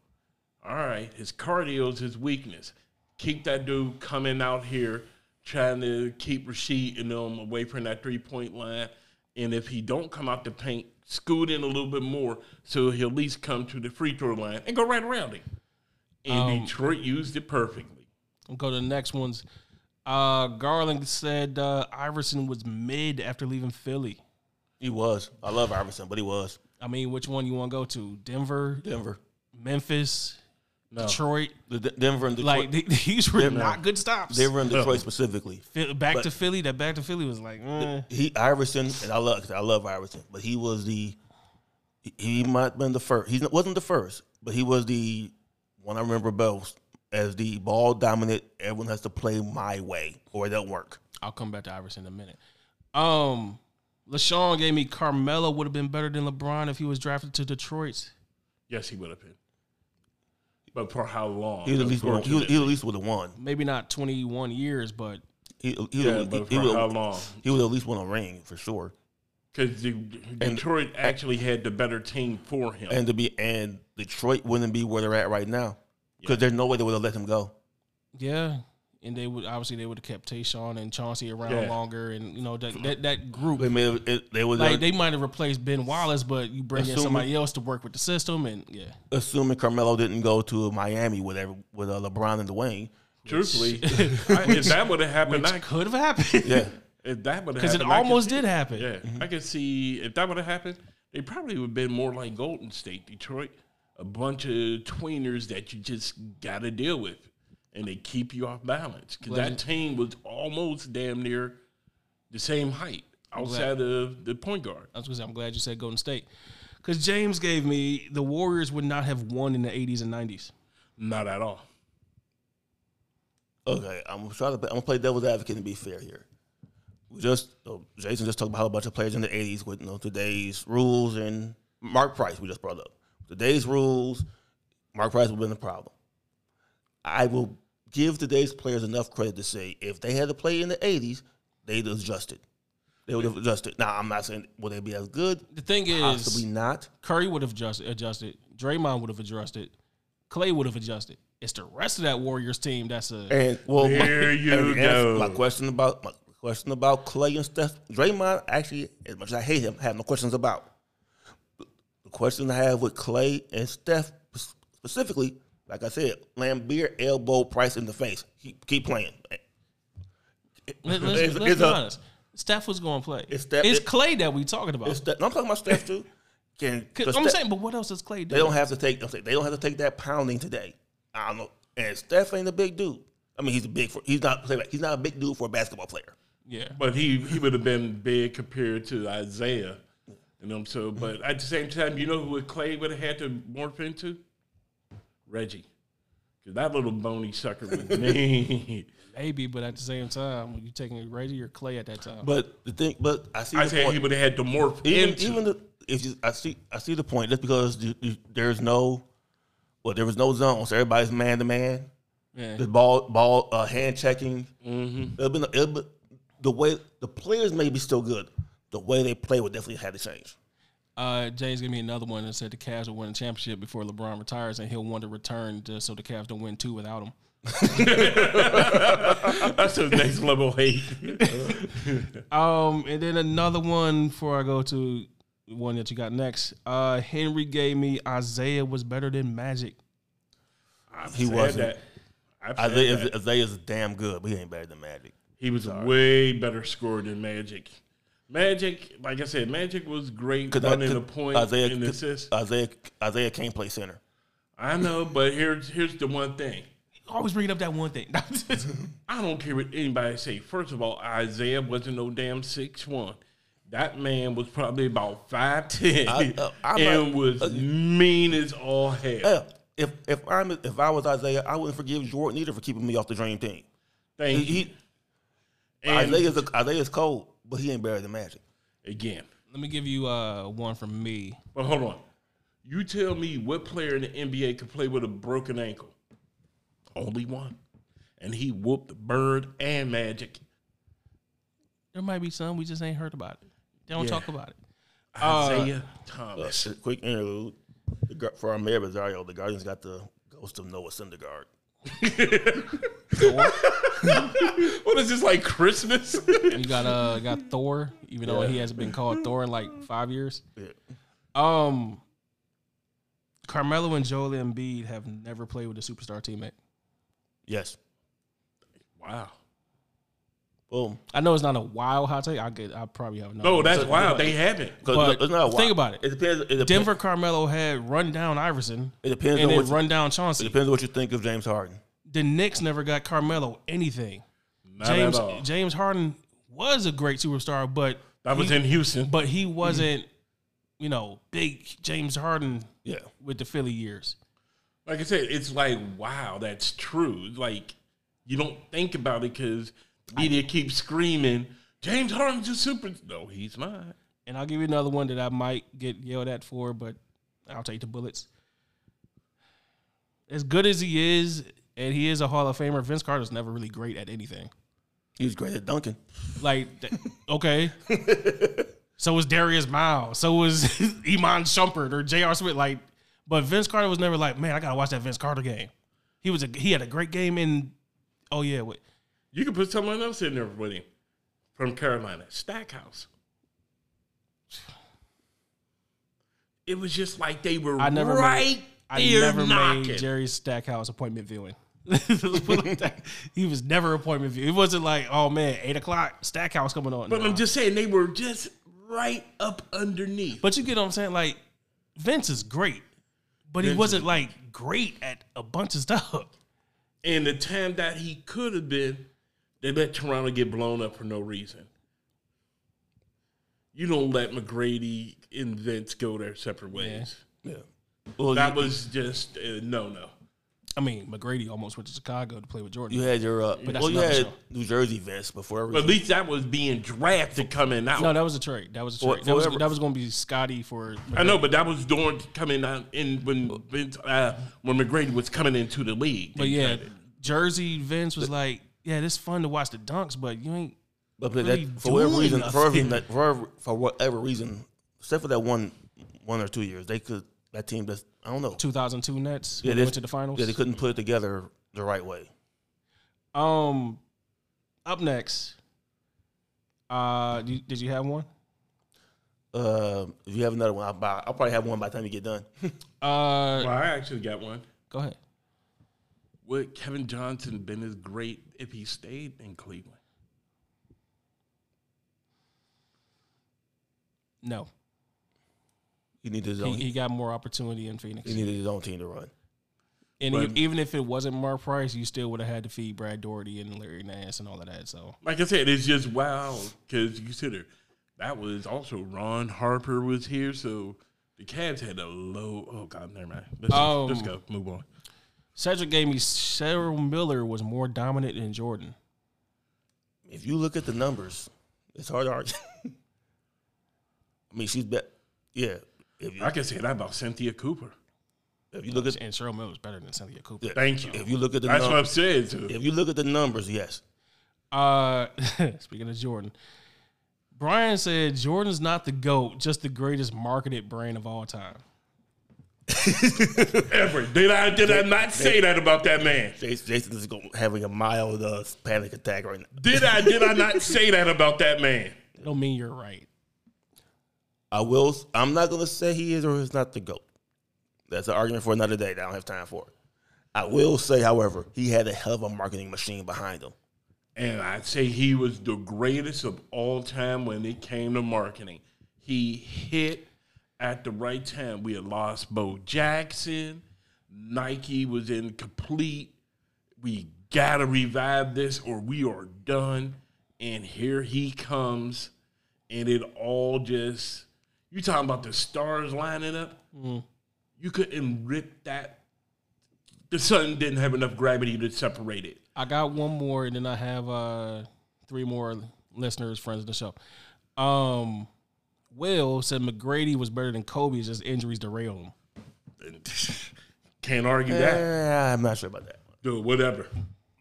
Speaker 3: All right, his cardio is his weakness. Keep that dude coming out here trying to keep Rasheed and them away from that three point line. And if he don't come out the paint, scoot in a little bit more so he'll at least come to the free throw line and go right around him. And
Speaker 2: Um,
Speaker 3: Detroit used it perfectly.
Speaker 1: We'll go to the next ones. Uh, Garland said uh, Iverson was mid after leaving Philly.
Speaker 2: He was. I love Iverson, but he was
Speaker 1: I mean, which one you want to go to? Denver,
Speaker 2: Denver,
Speaker 1: Memphis, Detroit.
Speaker 2: the D- Denver and
Speaker 1: Like
Speaker 2: Detroit,
Speaker 1: th- these were not good stops.
Speaker 2: Denver and Detroit specifically.
Speaker 1: Phil- back
Speaker 2: but-
Speaker 1: to Philly. That back to Philly was like, eh.
Speaker 2: He Iverson, and I love 'cause I love Iverson, but he was the he- he might have been the first. He wasn't the first, but he was the one I remember most as the ball dominant. Everyone has to play my way or it don't work.
Speaker 1: I'll come back to Iverson in a minute. Um, LaShawn gave me Carmelo would have been better than LeBron if he was drafted to Detroit.
Speaker 3: Yes, he would have been. But for how long?
Speaker 2: He was at least would- he, was- he at least would have won.
Speaker 1: Maybe not 21 years, but
Speaker 2: He he,
Speaker 3: Yeah,
Speaker 2: would- he,
Speaker 3: but
Speaker 2: he
Speaker 3: for
Speaker 2: would-
Speaker 3: how long?
Speaker 2: he would at least won a ring for sure.
Speaker 3: Because Detroit actually had the better team for him.
Speaker 2: and to be and Detroit wouldn't be where they're at right now because there's no way they would have let him go.
Speaker 1: Yeah, and they would obviously they would have kept Tayshawn and Chauncey around
Speaker 3: Yeah.
Speaker 1: longer, and you know that that, that group.
Speaker 2: They may have, it, they would
Speaker 1: Like they might have replaced Ben Wallace, but you bring in
Speaker 2: Assuming-
Speaker 1: somebody else to work with the system, and yeah,
Speaker 2: assuming Carmelo didn't go to Miami with every, with uh, LeBron and Dwayne.
Speaker 3: Truthfully, I, if that would have happened,
Speaker 1: which
Speaker 3: I,
Speaker 1: could have happened.
Speaker 2: Yeah,
Speaker 3: if that would
Speaker 1: because it almost did happen.
Speaker 3: Yeah, I could see if that would have happened, they probably would have been more like Golden State, Detroit, a bunch of tweeners that you just got to deal with, and they keep you off balance because that team was almost damn near the same height outside of the point guard.
Speaker 1: I was gonna say I'm glad you said Golden State because James gave me the Warriors would not have won in the 80s and 90s.
Speaker 3: Not at all.
Speaker 2: Okay, I'm gonna try to. I'm gonna play devil's advocate and be fair here. We just so Jason just talked about how a bunch of players in the '80s with you know, today's rules and Mark Price we just brought up. Today's rules, Mark Price would have been the problem. I will give today's players enough credit to say if they had to play in the '80s, they'd adjusted. They would have adjusted. Now I'm not saying will they be as good,
Speaker 1: The thing is,
Speaker 2: possibly not.
Speaker 1: Curry would have adjust, adjusted. Draymond would have adjusted. Clay would have adjusted. It's the rest of that Warriors team that's a.
Speaker 2: And well,
Speaker 3: There
Speaker 2: my,
Speaker 3: you
Speaker 2: and that's
Speaker 3: go.
Speaker 2: My question about my question about Clay and Steph, Draymond. Actually, as much as I hate him, I have no questions about. The question I have with Clay and Steph specifically, like I said, Lambeer elbow Price in the face. Keep, keep playing.
Speaker 1: Let, us
Speaker 2: It's-
Speaker 1: let's
Speaker 2: it's
Speaker 1: be
Speaker 2: a-
Speaker 1: honest. Steph was going to play. It's,
Speaker 2: It's Steph- it-
Speaker 1: Clay that we talking about.
Speaker 2: It's Steph, no, I'm talking about Steph too. Can
Speaker 1: 'Cause
Speaker 2: does
Speaker 1: I'm
Speaker 2: Steph-
Speaker 1: saying, but what else does Clay do?
Speaker 2: they don't have to take. I'm saying, they don't have to take that pounding today. I don't know. And Steph ain't a big dude. I mean, he's a big. For, he's not. He's not a big dude for a basketball player.
Speaker 1: yeah.
Speaker 3: But he he would have been big compared to Isaiah. You know what I'm saying? But at the same time, you know who Clay would have had to morph into? Reggie. Because that little bony sucker was me.
Speaker 1: Maybe, but at the same time, you taking Reggie or Clay at that time.
Speaker 2: But the thing, but I see.
Speaker 3: I
Speaker 2: the
Speaker 3: said
Speaker 2: point.
Speaker 3: he would have had to morph
Speaker 2: even
Speaker 3: into.
Speaker 2: even the, if you, I see I see the point. That's because you, you, there's no well, there was no zone, so everybody's man to man.
Speaker 1: Yeah.
Speaker 2: The ball ball uh, hand checking.
Speaker 3: Mm-hmm.
Speaker 2: It'll be, it'll be, the way the players may be still good. The way they play would definitely have to change.
Speaker 1: Uh, James gave me another one that said the Cavs will win a championship before LeBron retires, and he'll want to return just so the Cavs don't win two without him.
Speaker 3: That's his next level hate.
Speaker 1: Um, and then another one before I go to one that you got next. Uh, Henry gave me Isaiah was better than Magic.
Speaker 3: I've
Speaker 2: He
Speaker 3: said
Speaker 2: wasn't.
Speaker 3: that. I've said that.
Speaker 2: Isaiah, Isaiah's damn good, but he ain't better than Magic.
Speaker 3: He was a way better scorer than Magic. Magic, like I said, Magic was great running the point
Speaker 2: Isaiah,
Speaker 3: and assist.
Speaker 2: Isaiah, Isaiah can't play center.
Speaker 3: I know, but here's here's the one thing.
Speaker 1: Always bringing up that one thing.
Speaker 3: I don't care what anybody say. First of all, Isaiah wasn't no damn six one. That man was probably about five ten
Speaker 2: I- uh, I'm
Speaker 3: and
Speaker 2: not-
Speaker 3: was mean as all hell.
Speaker 2: Yeah, if if I'm if I was Isaiah, I wouldn't forgive Jordan either for keeping me off the dream team.
Speaker 3: Thank
Speaker 2: He,
Speaker 3: you.
Speaker 2: he,
Speaker 3: And
Speaker 2: Isaiah's a, Isaiah's cold, but he ain't better than Magic.
Speaker 3: again,
Speaker 1: Let me give you uh, one from me.
Speaker 3: but hold on. You tell me what player in the NBA could play with a broken ankle? Only one, and he whooped Bird and Magic.
Speaker 1: There might be some we just ain't heard about it. They don't
Speaker 3: Yeah.
Speaker 1: talk about it.
Speaker 3: Isaiah Thomas.
Speaker 2: Quick interlude The gu- for our mayor Rosario. The Guardians got the ghost of Noah Syndergaard. uh,
Speaker 3: What is this like Christmas?
Speaker 1: You got uh got Thor, even though he hasn't been called Thor in like five years.
Speaker 2: Yeah.
Speaker 1: Um, Carmelo and Joel Embiid have never played with a superstar teammate.
Speaker 2: Yes.
Speaker 3: wow.
Speaker 2: Boom.
Speaker 1: I know it's not a wild hot take. I could I probably have
Speaker 3: No, that's wild. They haven't.
Speaker 2: 'Cause
Speaker 1: But
Speaker 2: it's not a
Speaker 1: think about
Speaker 2: wild-
Speaker 1: it.
Speaker 2: It depends. It depends
Speaker 1: Denver Carmelo had run down Iverson
Speaker 2: It depends
Speaker 1: and
Speaker 2: on
Speaker 1: then
Speaker 2: what. You,
Speaker 1: run down
Speaker 2: it
Speaker 1: Chauncey.
Speaker 2: depends on what you think of James Harden.
Speaker 1: The Knicks never got Carmelo anything.
Speaker 3: Not
Speaker 1: James
Speaker 3: at all.
Speaker 1: James Harden was a great superstar, but
Speaker 3: That was
Speaker 1: he-
Speaker 3: in Houston.
Speaker 1: but he wasn't, you know, big James Harden
Speaker 2: Yeah.
Speaker 1: with the Philly years.
Speaker 3: like I said, it's like wow, that's true. Like you don't think about it because media keeps screaming, James Harden's a super. No, he's not.
Speaker 1: And I'll give you another one that I might get yelled at for, but I'll take the bullets. As good as he is, and he is a Hall of Famer, Vince Carter's never really great at anything.
Speaker 2: He was great at dunking.
Speaker 1: Like, th- okay. so was Darius Miles. So was Iman Shumpert or J.R. Smith. Like, but Vince Carter was never like, man, I gotta watch that Vince Carter game. He was a he had a great game in. Oh yeah, wait.
Speaker 3: You can put someone else in there with him from Carolina, Stackhouse. It was just like they were
Speaker 1: I never made-
Speaker 3: right
Speaker 1: I
Speaker 3: there
Speaker 1: never
Speaker 3: knocking.
Speaker 1: made Jerry Stackhouse appointment viewing. Let's put it like that. he was never appointment view. It wasn't like, oh man, eight o'clock, Stackhouse coming on.
Speaker 3: But
Speaker 1: Nah.
Speaker 3: I'm just saying they were just right up underneath.
Speaker 1: But you get what I'm saying? Like, Vince is great, but he
Speaker 3: Vince
Speaker 1: wasn't like great at a bunch of stuff.
Speaker 3: and the time that he could have been, they let Toronto get blown up for no reason. You don't let McGrady and Vince go their separate ways.
Speaker 2: Yeah. Well,
Speaker 3: That
Speaker 2: you,
Speaker 3: was just a no no.
Speaker 1: I mean, McGrady almost went to Chicago to play with Jordan.
Speaker 2: you had your uh,
Speaker 1: that's
Speaker 2: well, you
Speaker 1: another
Speaker 2: had
Speaker 1: show.
Speaker 2: New Jersey vets before
Speaker 3: But at
Speaker 2: everything.
Speaker 3: least that was being drafted coming out.
Speaker 1: No, that was a trade. That was a
Speaker 2: For-
Speaker 1: trade. that was,
Speaker 2: forever.
Speaker 1: that was going to be Scotty for.
Speaker 3: I know, but that was during coming out in when Vince, uh, when McGrady was coming into the league.
Speaker 1: But yeah, Jersey Vince was like, yeah, this fun to watch the dunks, but you ain't.
Speaker 2: But, but
Speaker 1: really
Speaker 2: that, for whatever
Speaker 1: doing
Speaker 2: reason, for, every,
Speaker 1: nothing.
Speaker 2: that- for for whatever reason, except for that one one or two years, they could that team just I don't know.
Speaker 1: 2002 Nets. Yeah,
Speaker 2: they-
Speaker 1: went to the finals.
Speaker 2: Yeah, they couldn't put it together the right way.
Speaker 1: um, up next, uh, you, did you have one?
Speaker 2: Uh, if you have another one, I'll, buy, I'll probably have one by the time you get done.
Speaker 1: Uh,
Speaker 3: Well, I actually got one.
Speaker 1: go ahead.
Speaker 3: Would Kevin Johnson been as great if he stayed in Cleveland?
Speaker 1: No,
Speaker 2: he needed his
Speaker 1: he,
Speaker 2: own.
Speaker 1: he
Speaker 2: He,
Speaker 1: got more opportunity in Phoenix.
Speaker 2: needed his own team to run.
Speaker 1: And
Speaker 3: But-
Speaker 1: e- even if it wasn't Mark Price, you still would have had to feed Brad Doherty and Larry Nance and all of that. So
Speaker 3: Like I said, it's just wow because you consider that was also Ron Harper was here, so the Cavs had a low. Oh God, never mind. Let's,
Speaker 1: Um,
Speaker 3: let's go. Move on.
Speaker 1: Cedric gave me Cheryl Miller was more dominant than Jordan.
Speaker 2: If you look at the numbers, it's hard to argue. I mean, she's bet. Yeah, if you,
Speaker 3: I can say that about Cynthia Cooper.
Speaker 2: if you look at
Speaker 1: And Cheryl Miller was better than Cynthia Cooper.
Speaker 2: yeah,
Speaker 3: Thank you.
Speaker 2: If you look at the
Speaker 3: That's what I'm
Speaker 2: numbers,
Speaker 3: saying. So
Speaker 2: if you look at the numbers, yes,
Speaker 1: Uh, speaking of Jordan, Brian said Jordan's not the goat, just the greatest marketed brand of all time.
Speaker 3: Everett, did I did I not say that about that man?
Speaker 2: Jason, Jason is going, having a mild uh, panic attack right now.
Speaker 3: Did I did I not say that about that man?
Speaker 1: I don't mean you're right.
Speaker 2: I will. I'm not going to say he is or is not the goat. That's an argument for another day. That I don't have time for. I will say, however, he had a hell of a marketing machine behind him.
Speaker 3: And I'd say he was the greatest of all time when it came to marketing. He hit at the right time. We had lost Bo Jackson. Nike was incomplete. We gotta revive this or we are done. And here he comes. And it all just you talking about the stars lining up? You couldn't rip that. The sun didn't have enough gravity to separate it.
Speaker 1: I got one more, and then I have uh three more listeners, friends of the show. Um, Will said McGrady was better than Kobe, it's just injuries derailed him.
Speaker 3: Can't argue that.
Speaker 2: Yeah, I'm not sure about that.
Speaker 3: Dude, whatever.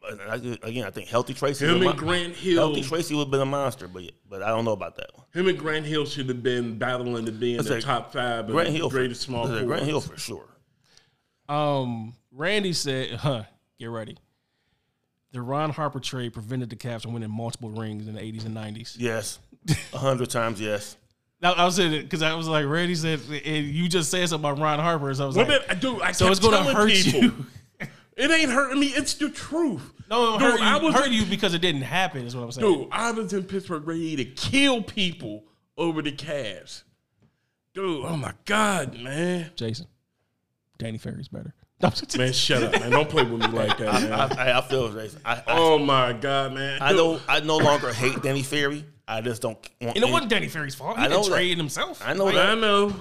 Speaker 2: But I, again, I think healthy Tracy.
Speaker 3: Him
Speaker 2: was a
Speaker 3: and
Speaker 2: mon-
Speaker 3: Grant Hill.
Speaker 2: healthy Tracy would have been a monster, but but I don't know about that one.
Speaker 3: Him and Grant Hill should have been battling to be in
Speaker 2: Let's say
Speaker 3: the top five of
Speaker 2: Grant
Speaker 3: the
Speaker 2: Hill, for-
Speaker 3: greatest small
Speaker 2: let's say
Speaker 3: forwards.
Speaker 2: Grant Hill for sure.
Speaker 1: Um, Randy said, huh, get ready. The Ron Harper trade prevented the Cavs from winning multiple rings in the 80s and 90s.
Speaker 2: Yes, a hundred times yes.
Speaker 1: Now, I was saying it because I was like, Randy said, and you just said something about Ron Harper. So I was
Speaker 3: Well,
Speaker 1: like,
Speaker 3: man, I- dude, I
Speaker 1: so
Speaker 3: kept
Speaker 1: it's going to
Speaker 3: telling
Speaker 1: hurt
Speaker 3: people.
Speaker 1: you.
Speaker 3: It ain't hurting me. It's the truth.
Speaker 1: No, it
Speaker 3: Dude,
Speaker 1: hurt, you,
Speaker 3: I was
Speaker 1: hurt you because it didn't happen, is what I'm saying.
Speaker 3: Dude, I was in Pittsburgh ready to kill people over the Cavs. Dude, oh my God, man.
Speaker 1: Jason, Danny Ferry's better.
Speaker 3: Man, shut up, man. Don't play with me like that, man.
Speaker 2: I, I, I feel Jason. I, I,
Speaker 3: oh my God, man.
Speaker 2: I know. I no longer hate Danny Ferry. I just don't want.
Speaker 1: And it
Speaker 2: any-
Speaker 1: wasn't Danny Ferry's fault. He
Speaker 2: I know
Speaker 1: didn't
Speaker 2: that.
Speaker 1: trade himself.
Speaker 2: I know
Speaker 1: Like,
Speaker 2: that.
Speaker 3: I know.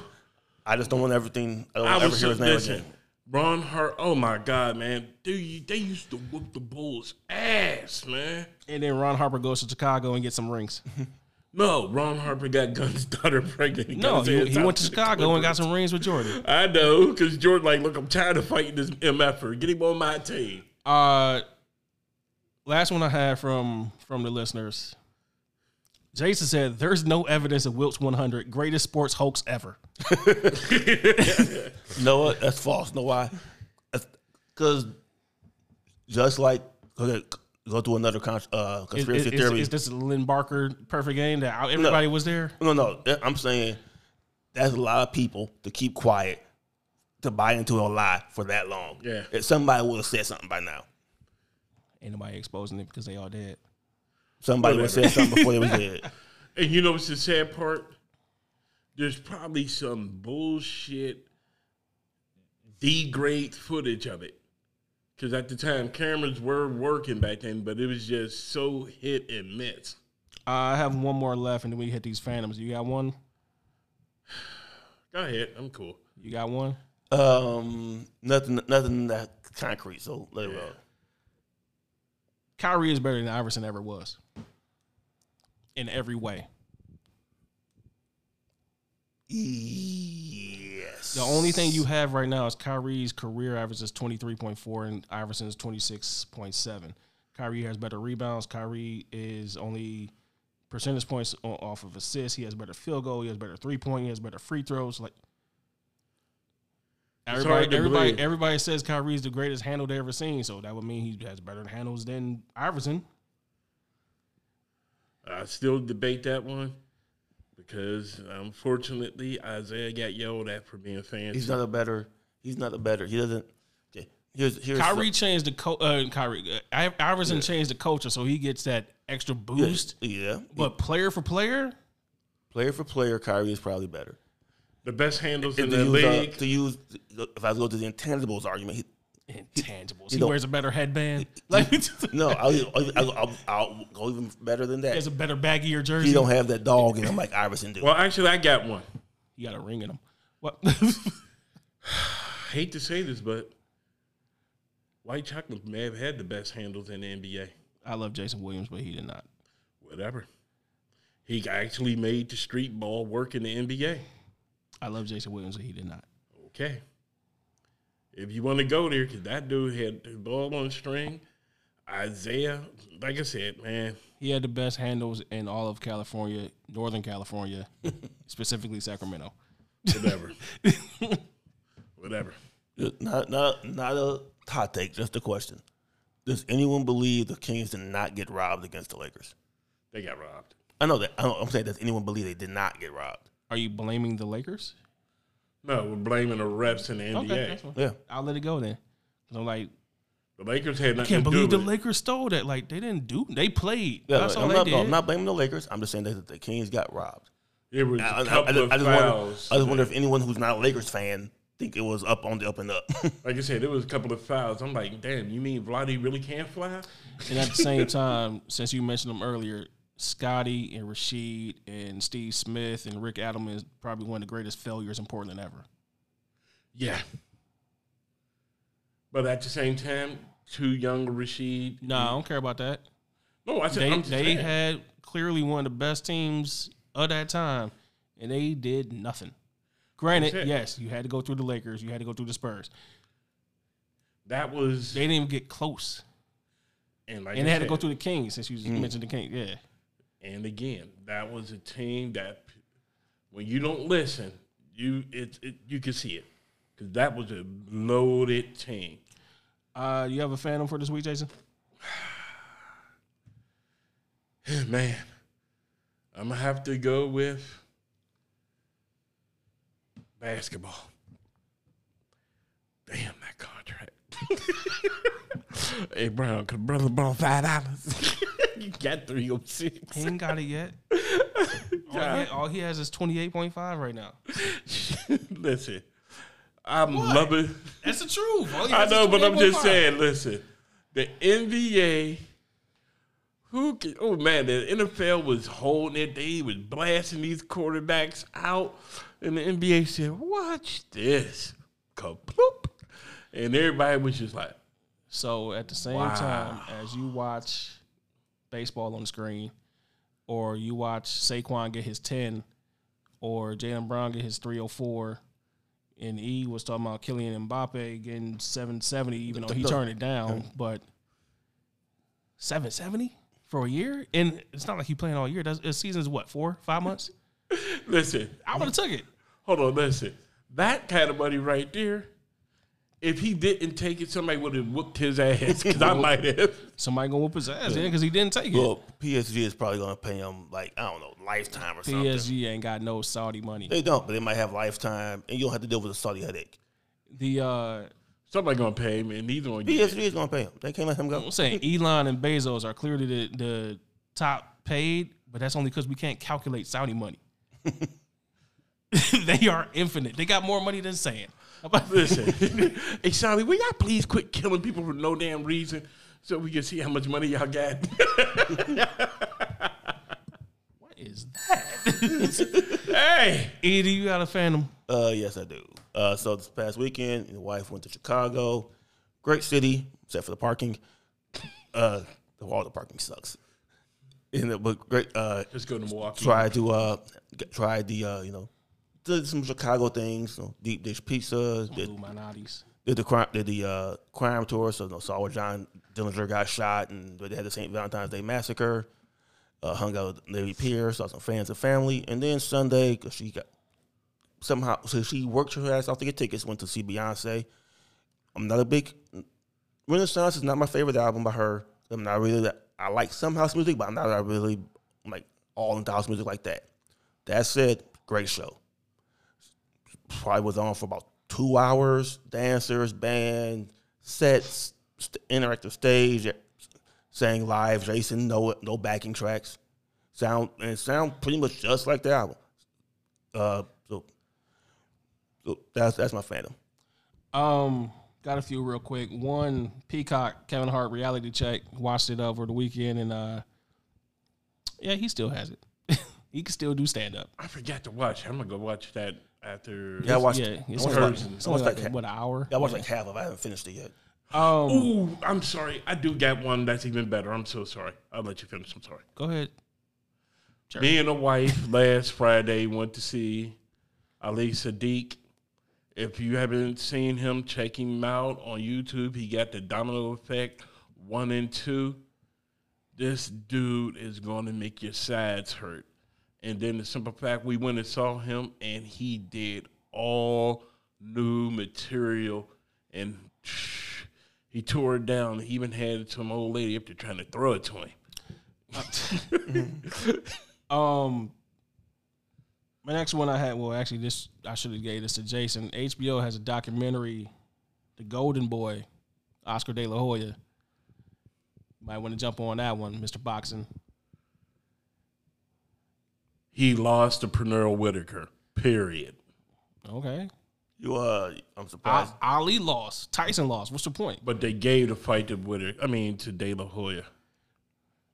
Speaker 2: I just don't want everything. I don't
Speaker 3: I
Speaker 2: want ever
Speaker 3: was
Speaker 2: hear his
Speaker 3: just
Speaker 2: name
Speaker 3: listen.
Speaker 2: again.
Speaker 3: Ron Hart. Oh my God, man, dude, you- they used to whoop the Bulls' ass, man.
Speaker 1: And then Ron Harper goes to Chicago and gets some rings.
Speaker 3: No, Ron Harper got Gunn's daughter pregnant. He
Speaker 1: No,
Speaker 3: got his
Speaker 1: he,
Speaker 3: ass
Speaker 1: he
Speaker 3: out
Speaker 1: went to
Speaker 3: the
Speaker 1: Chicago and got
Speaker 3: Clippers.
Speaker 1: some rings with Jordan.
Speaker 3: I know, because Jordan, like, look, I'm tired of fighting this MFer. Get him on my team.
Speaker 1: Uh, last one I had from from the listeners. Jason said, "There's no evidence of Wilt's 100 greatest sports hoax ever."
Speaker 2: You know what? That's false. Know why? Because just like okay, go to another con- uh,
Speaker 1: Is,
Speaker 2: conspiracy
Speaker 1: is-
Speaker 2: theory.
Speaker 1: is this Lynn Barker perfect game that I- everybody was there?
Speaker 2: no, no. I'm saying that's a lot of people to keep quiet to buy into a lie for that long.
Speaker 3: Yeah.
Speaker 2: If somebody would have said something by now.
Speaker 1: Ain't nobody exposing it because they all dead.
Speaker 2: Somebody was saying something before they was dead.
Speaker 3: And you know what's the sad part? There's probably some bullshit degrade footage of it. Because at the time, cameras were working back then, but it was just so hit and miss.
Speaker 1: Uh, I have one more left, and then we hit these phantoms. You got one?
Speaker 3: Go ahead. I'm cool.
Speaker 1: You got one?
Speaker 2: Um, nothing, nothing that concrete. So let it roll.
Speaker 1: Kyrie is better than Iverson ever was. In every way.
Speaker 2: Yes.
Speaker 1: The only thing you have right now is Kyrie's career average is 23.4 and Iverson's 26.7. Kyrie has better rebounds. Kyrie is only percentage points o- off of assists. He has better field goal. He has better three point. He has better free throws. Like
Speaker 3: It's
Speaker 1: everybody,
Speaker 3: hard to
Speaker 1: everybody,
Speaker 3: believe.
Speaker 1: everybody says Kyrie's the greatest handle they ever seen. So that would mean he has better handles than Iverson.
Speaker 3: I still debate that one because unfortunately, Isaiah got yelled at for being fancy.
Speaker 2: He's not a better. He's not a better. He doesn't. Okay. Here's here's
Speaker 1: Kyrie changed the coach. Uh, Kyrie uh, I- Iverson changed the culture, so he gets that extra boost.
Speaker 2: Yeah.
Speaker 1: But player for player,
Speaker 2: Player for player, Kyrie is probably better.
Speaker 3: the best handles in
Speaker 2: to
Speaker 3: the
Speaker 2: use, uh,
Speaker 3: league.
Speaker 2: to use, if I go to the intangibles argument, he,
Speaker 1: intangibles. He
Speaker 2: know-
Speaker 1: wears a better headband. Like he
Speaker 2: no, I'll, I'll, I'll, I'll, I'll go even better than that.
Speaker 1: has a better baggier
Speaker 2: he
Speaker 1: jersey.
Speaker 2: don't have that dog in him like Iverson do.
Speaker 3: Well, actually, I got one.
Speaker 1: He got a ring in him. What?
Speaker 3: I hate to say this, but White Chocolate may have had the best handles in the NBA.
Speaker 1: I love Jason Williams, but he did not.
Speaker 3: Whatever. He actually made the street ball work in the NBA.
Speaker 1: I love Jason Williams, but he did not.
Speaker 3: Okay. If you want to go there, because that dude had the ball on string. Isaiah, like I said, man,
Speaker 1: He had the best handles in all of California, Northern California, specifically Sacramento.
Speaker 3: whatever. whatever.
Speaker 2: Not, not, not a hot take, just a question. Does anyone believe the Kings did not get robbed against the Lakers?
Speaker 3: They got robbed.
Speaker 2: I know that. I know, I'm saying, does anyone believe they did not get robbed?
Speaker 1: Are you blaming the Lakers?
Speaker 3: No, we're blaming the refs in the NBA.
Speaker 1: that's fine.
Speaker 2: Yeah.
Speaker 1: I'll let it go then. 'Cause I'm like,
Speaker 3: the Lakers had
Speaker 1: can't
Speaker 3: nothing to do
Speaker 1: believe
Speaker 3: with
Speaker 1: the
Speaker 3: it.
Speaker 1: Lakers stole that. Like they didn't do. They played.
Speaker 2: Yeah,
Speaker 1: That's all
Speaker 2: like, I'm,
Speaker 1: they
Speaker 2: not,
Speaker 1: did.
Speaker 2: no, I'm not blaming the Lakers. I'm just saying that the Kings got robbed.
Speaker 3: It was a
Speaker 2: I, I- I
Speaker 3: couple
Speaker 2: just,
Speaker 3: of
Speaker 2: I just wonder, I
Speaker 3: fouls.
Speaker 2: just wonder if anyone who's not a Lakers fan think it was up on the up and up.
Speaker 3: like I said, it was a couple of fouls. I'm like, damn, you mean Vladi really can't fly?
Speaker 1: And at the same time, since you mentioned them earlier, Scotty and Rashid and Steve Smith and Rick Adelman is probably one of the greatest failures in Portland ever.
Speaker 3: Yeah. But at the same time, too young Rashid.
Speaker 1: No, I don't care about that.
Speaker 3: No, I said
Speaker 1: They
Speaker 3: I'm just
Speaker 1: they
Speaker 3: saying.
Speaker 1: had clearly one of the best teams of that time, and they did nothing.
Speaker 3: That's
Speaker 1: Granted,
Speaker 3: it.
Speaker 1: yes, you had to go through the Lakers, you had to go through the Spurs.
Speaker 3: that was
Speaker 1: They didn't even get close,
Speaker 3: and like
Speaker 1: and
Speaker 3: I
Speaker 1: they had to
Speaker 3: said,
Speaker 1: go through the Kings. Since you mentioned the Kings, yeah,
Speaker 3: And again, that was a team that when you don't listen, you it, it you can see it because that was a loaded team.
Speaker 1: uh, you have a phantom for this week, Jason?
Speaker 3: Man, I'm gonna have to go with basketball. Damn that contract. hey Brown, could brother borrow five dollars? you got three oh six.
Speaker 1: He ain't got it yet. all, he, all he has is twenty eight point five right now.
Speaker 3: Listen, I'm loving.
Speaker 1: That's the truth. All he
Speaker 3: I
Speaker 1: has is
Speaker 3: know, but I'm just
Speaker 1: 28.5.
Speaker 3: saying. Listen, the NBA. Who? Can, oh man, the NFL was holding it. They was blasting these quarterbacks out, and the NBA said, "Watch this, kaploop," and everybody was just like,
Speaker 1: So at the same time as you watch baseball on the screen, or you watch Saquon get his ten, or Jalen Brown get his three hundred four, and E was talking about Kylian Mbappe getting seven seventy, even though he turned it down, but seven seventy for a year, and it's not like he playing all year. That's, his season's what four, five months?
Speaker 3: "Listen,
Speaker 1: I would have took it.
Speaker 3: hold on, listen, that kind of money right there." If he didn't take it, somebody would have whooped his ass because I might have.
Speaker 1: Somebody gonna whoop his ass then because he didn't take it.
Speaker 2: well, PSG is probably going to pay him like I don't know, lifetime or something.
Speaker 1: PSG ain't got no Saudi money.
Speaker 2: They don't, but they might have lifetime, and you don't have to deal with a Saudi headache.
Speaker 1: The uh
Speaker 3: Somebody gonna pay him, and neither one. Get
Speaker 2: PSG is gonna pay him. They can't let him go.
Speaker 1: I'm saying Elon and Bezos are clearly the, the top paid, but that's only because we can't calculate Saudi money. they are infinite. They got more money than sand. How about this?
Speaker 3: Listen, hey Sally, will y'all please quit killing people for no damn reason so we can see how much money y'all got?
Speaker 1: What is that?
Speaker 3: hey,
Speaker 1: E, do you got a fandom?
Speaker 2: Uh, yes, I do. Uh, so this past weekend, the wife went to Chicago. Great city, except for the parking. Uh, all the parking sucks. And it, but great. Uh,
Speaker 3: just go to Milwaukee.
Speaker 2: tried to uh, get, tried the uh, you know, did some Chicago things. You know, deep dish pizza. Did,
Speaker 1: Illuminati's.
Speaker 2: did the crime did the uh, crime tour. So you know, saw where John Dillinger got shot, and they had the St. Valentine's Day massacre. Uh, hung out with Larry Pierce, saw some fans and family, and then Sunday because she got somehow so she worked her ass off to get tickets. Went to see Beyonce. I'm not a big Renaissance is not my favorite album by her. I'm not really that I like some house music, but I'm not really like all into house music like that. That said, great show probably was on for about two hours. Dancers, band, sets, st- interactive stage, sang live. Jason, no no backing tracks. Sound and it sound pretty much just like the album. Uh, so, so that's that's my fandom.
Speaker 1: Um, got a few real quick. One, Peacock, Kevin Hart reality check. Watched it over the weekend, and uh, yeah, he still has it. he can still do stand up.
Speaker 3: I forgot to watch. I'm gonna go watch that after.
Speaker 2: Yeah, I watched.
Speaker 1: Yeah,
Speaker 2: I
Speaker 1: it's
Speaker 2: watched,
Speaker 1: only,
Speaker 2: like,
Speaker 1: it's
Speaker 2: I
Speaker 1: only
Speaker 2: watched
Speaker 1: like,
Speaker 2: like, ha-
Speaker 1: what an hour.
Speaker 2: yeah, I watched like half of. it. I haven't finished it yet.
Speaker 1: Um,
Speaker 3: Ooh, I'm sorry. I do got one that's even better. I'm so sorry. I'll let you finish. I'm sorry.
Speaker 1: go ahead. Sure.
Speaker 3: Me and a wife last Friday went to see Ali Sadiq. If you haven't seen him, check him out on YouTube. He got the domino effect one and two. This dude is going to make your sides hurt. And then the simple fact we went and saw him, and he did all new material, and he tore it down. He even had some old lady up there trying to throw it to him.
Speaker 1: Um, my next one I had. Well, actually, this I should have gave this to Jason. HBO has a documentary, The Golden Boy, Oscar De La Hoya. Might want to jump on that one, Mister Boxing.
Speaker 3: He lost to Pernell Whitaker. Period.
Speaker 1: Okay.
Speaker 2: You uh, I'm surprised.
Speaker 1: I, Ali lost. Tyson lost. What's the point?
Speaker 3: But they gave the fight to Whitaker. I mean to De La Hoya.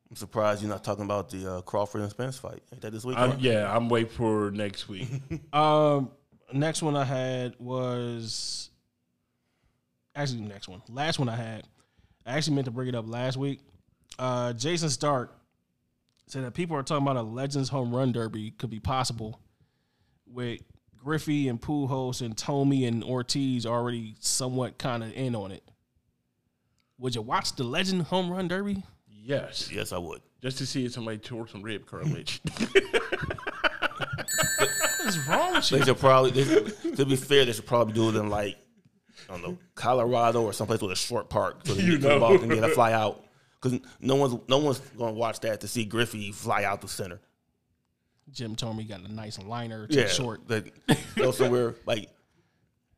Speaker 2: I'm surprised you're not talking about the uh, Crawford and Spence fight. Ain't that this weekend?
Speaker 3: I'm- yeah, I'm waiting for next week.
Speaker 1: Um, next one I had was actually the next one. Last one I had. I actually meant to bring it up last week. Uh, Jason Stark said that people are talking about a Legends home run derby could be possible with Griffey and Pujols and Tommy and Ortiz already somewhat kind of in on it. Would you watch the Legend home run derby?
Speaker 3: yes,
Speaker 2: Yes, I would.
Speaker 3: just to see if somebody tore some rib cartilage.
Speaker 1: What is wrong with you?
Speaker 2: They should probably, they, to be fair, they should probably do it in like, I don't know, Colorado or someplace with a short park so
Speaker 3: You
Speaker 2: you
Speaker 3: know.
Speaker 2: the ball can get a fly out. Because no one's no one's gonna watch that to see Griffey fly out the center.
Speaker 1: Jim Tomey got a nice liner, too
Speaker 2: Yeah,
Speaker 1: short.
Speaker 2: They, go somewhere like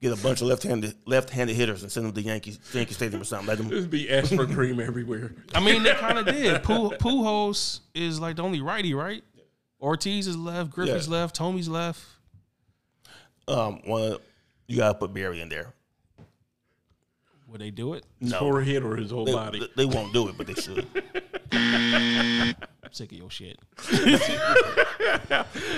Speaker 2: get a bunch of left-handed left-handed hitters and send them to Yankees Yankee Stadium or something. Let them
Speaker 3: There'd be aspirin cream everywhere.
Speaker 1: I mean, they kind of did. Pu- Pujols is like the only righty, right? Ortiz is left, Griffey's
Speaker 2: Yeah.
Speaker 1: left, Tomey's left.
Speaker 2: um one you gotta put Barry in there.
Speaker 1: Would they do it?
Speaker 3: His forehead or his whole body.
Speaker 2: They, they won't do it, but they should.
Speaker 1: I'm sick of your shit.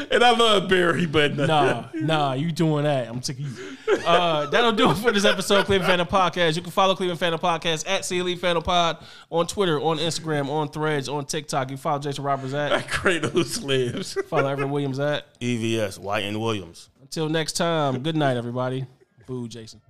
Speaker 3: and I love Barry, but
Speaker 1: Nah, nah, you doing that. I'm sick of you. Uh, that'll do it for this episode of Cleveland Phantom Podcast. You can follow Cleveland Phantom Podcast at CLE Phantom Pod on Twitter, on Instagram, on Threads, on TikTok. You follow Jason Roberts at,
Speaker 3: Kratos lives.
Speaker 1: follow Evan
Speaker 2: E
Speaker 1: Williams at.
Speaker 2: EVS, YN Williams.
Speaker 1: Until next time, good night, everybody. Boo, Jason.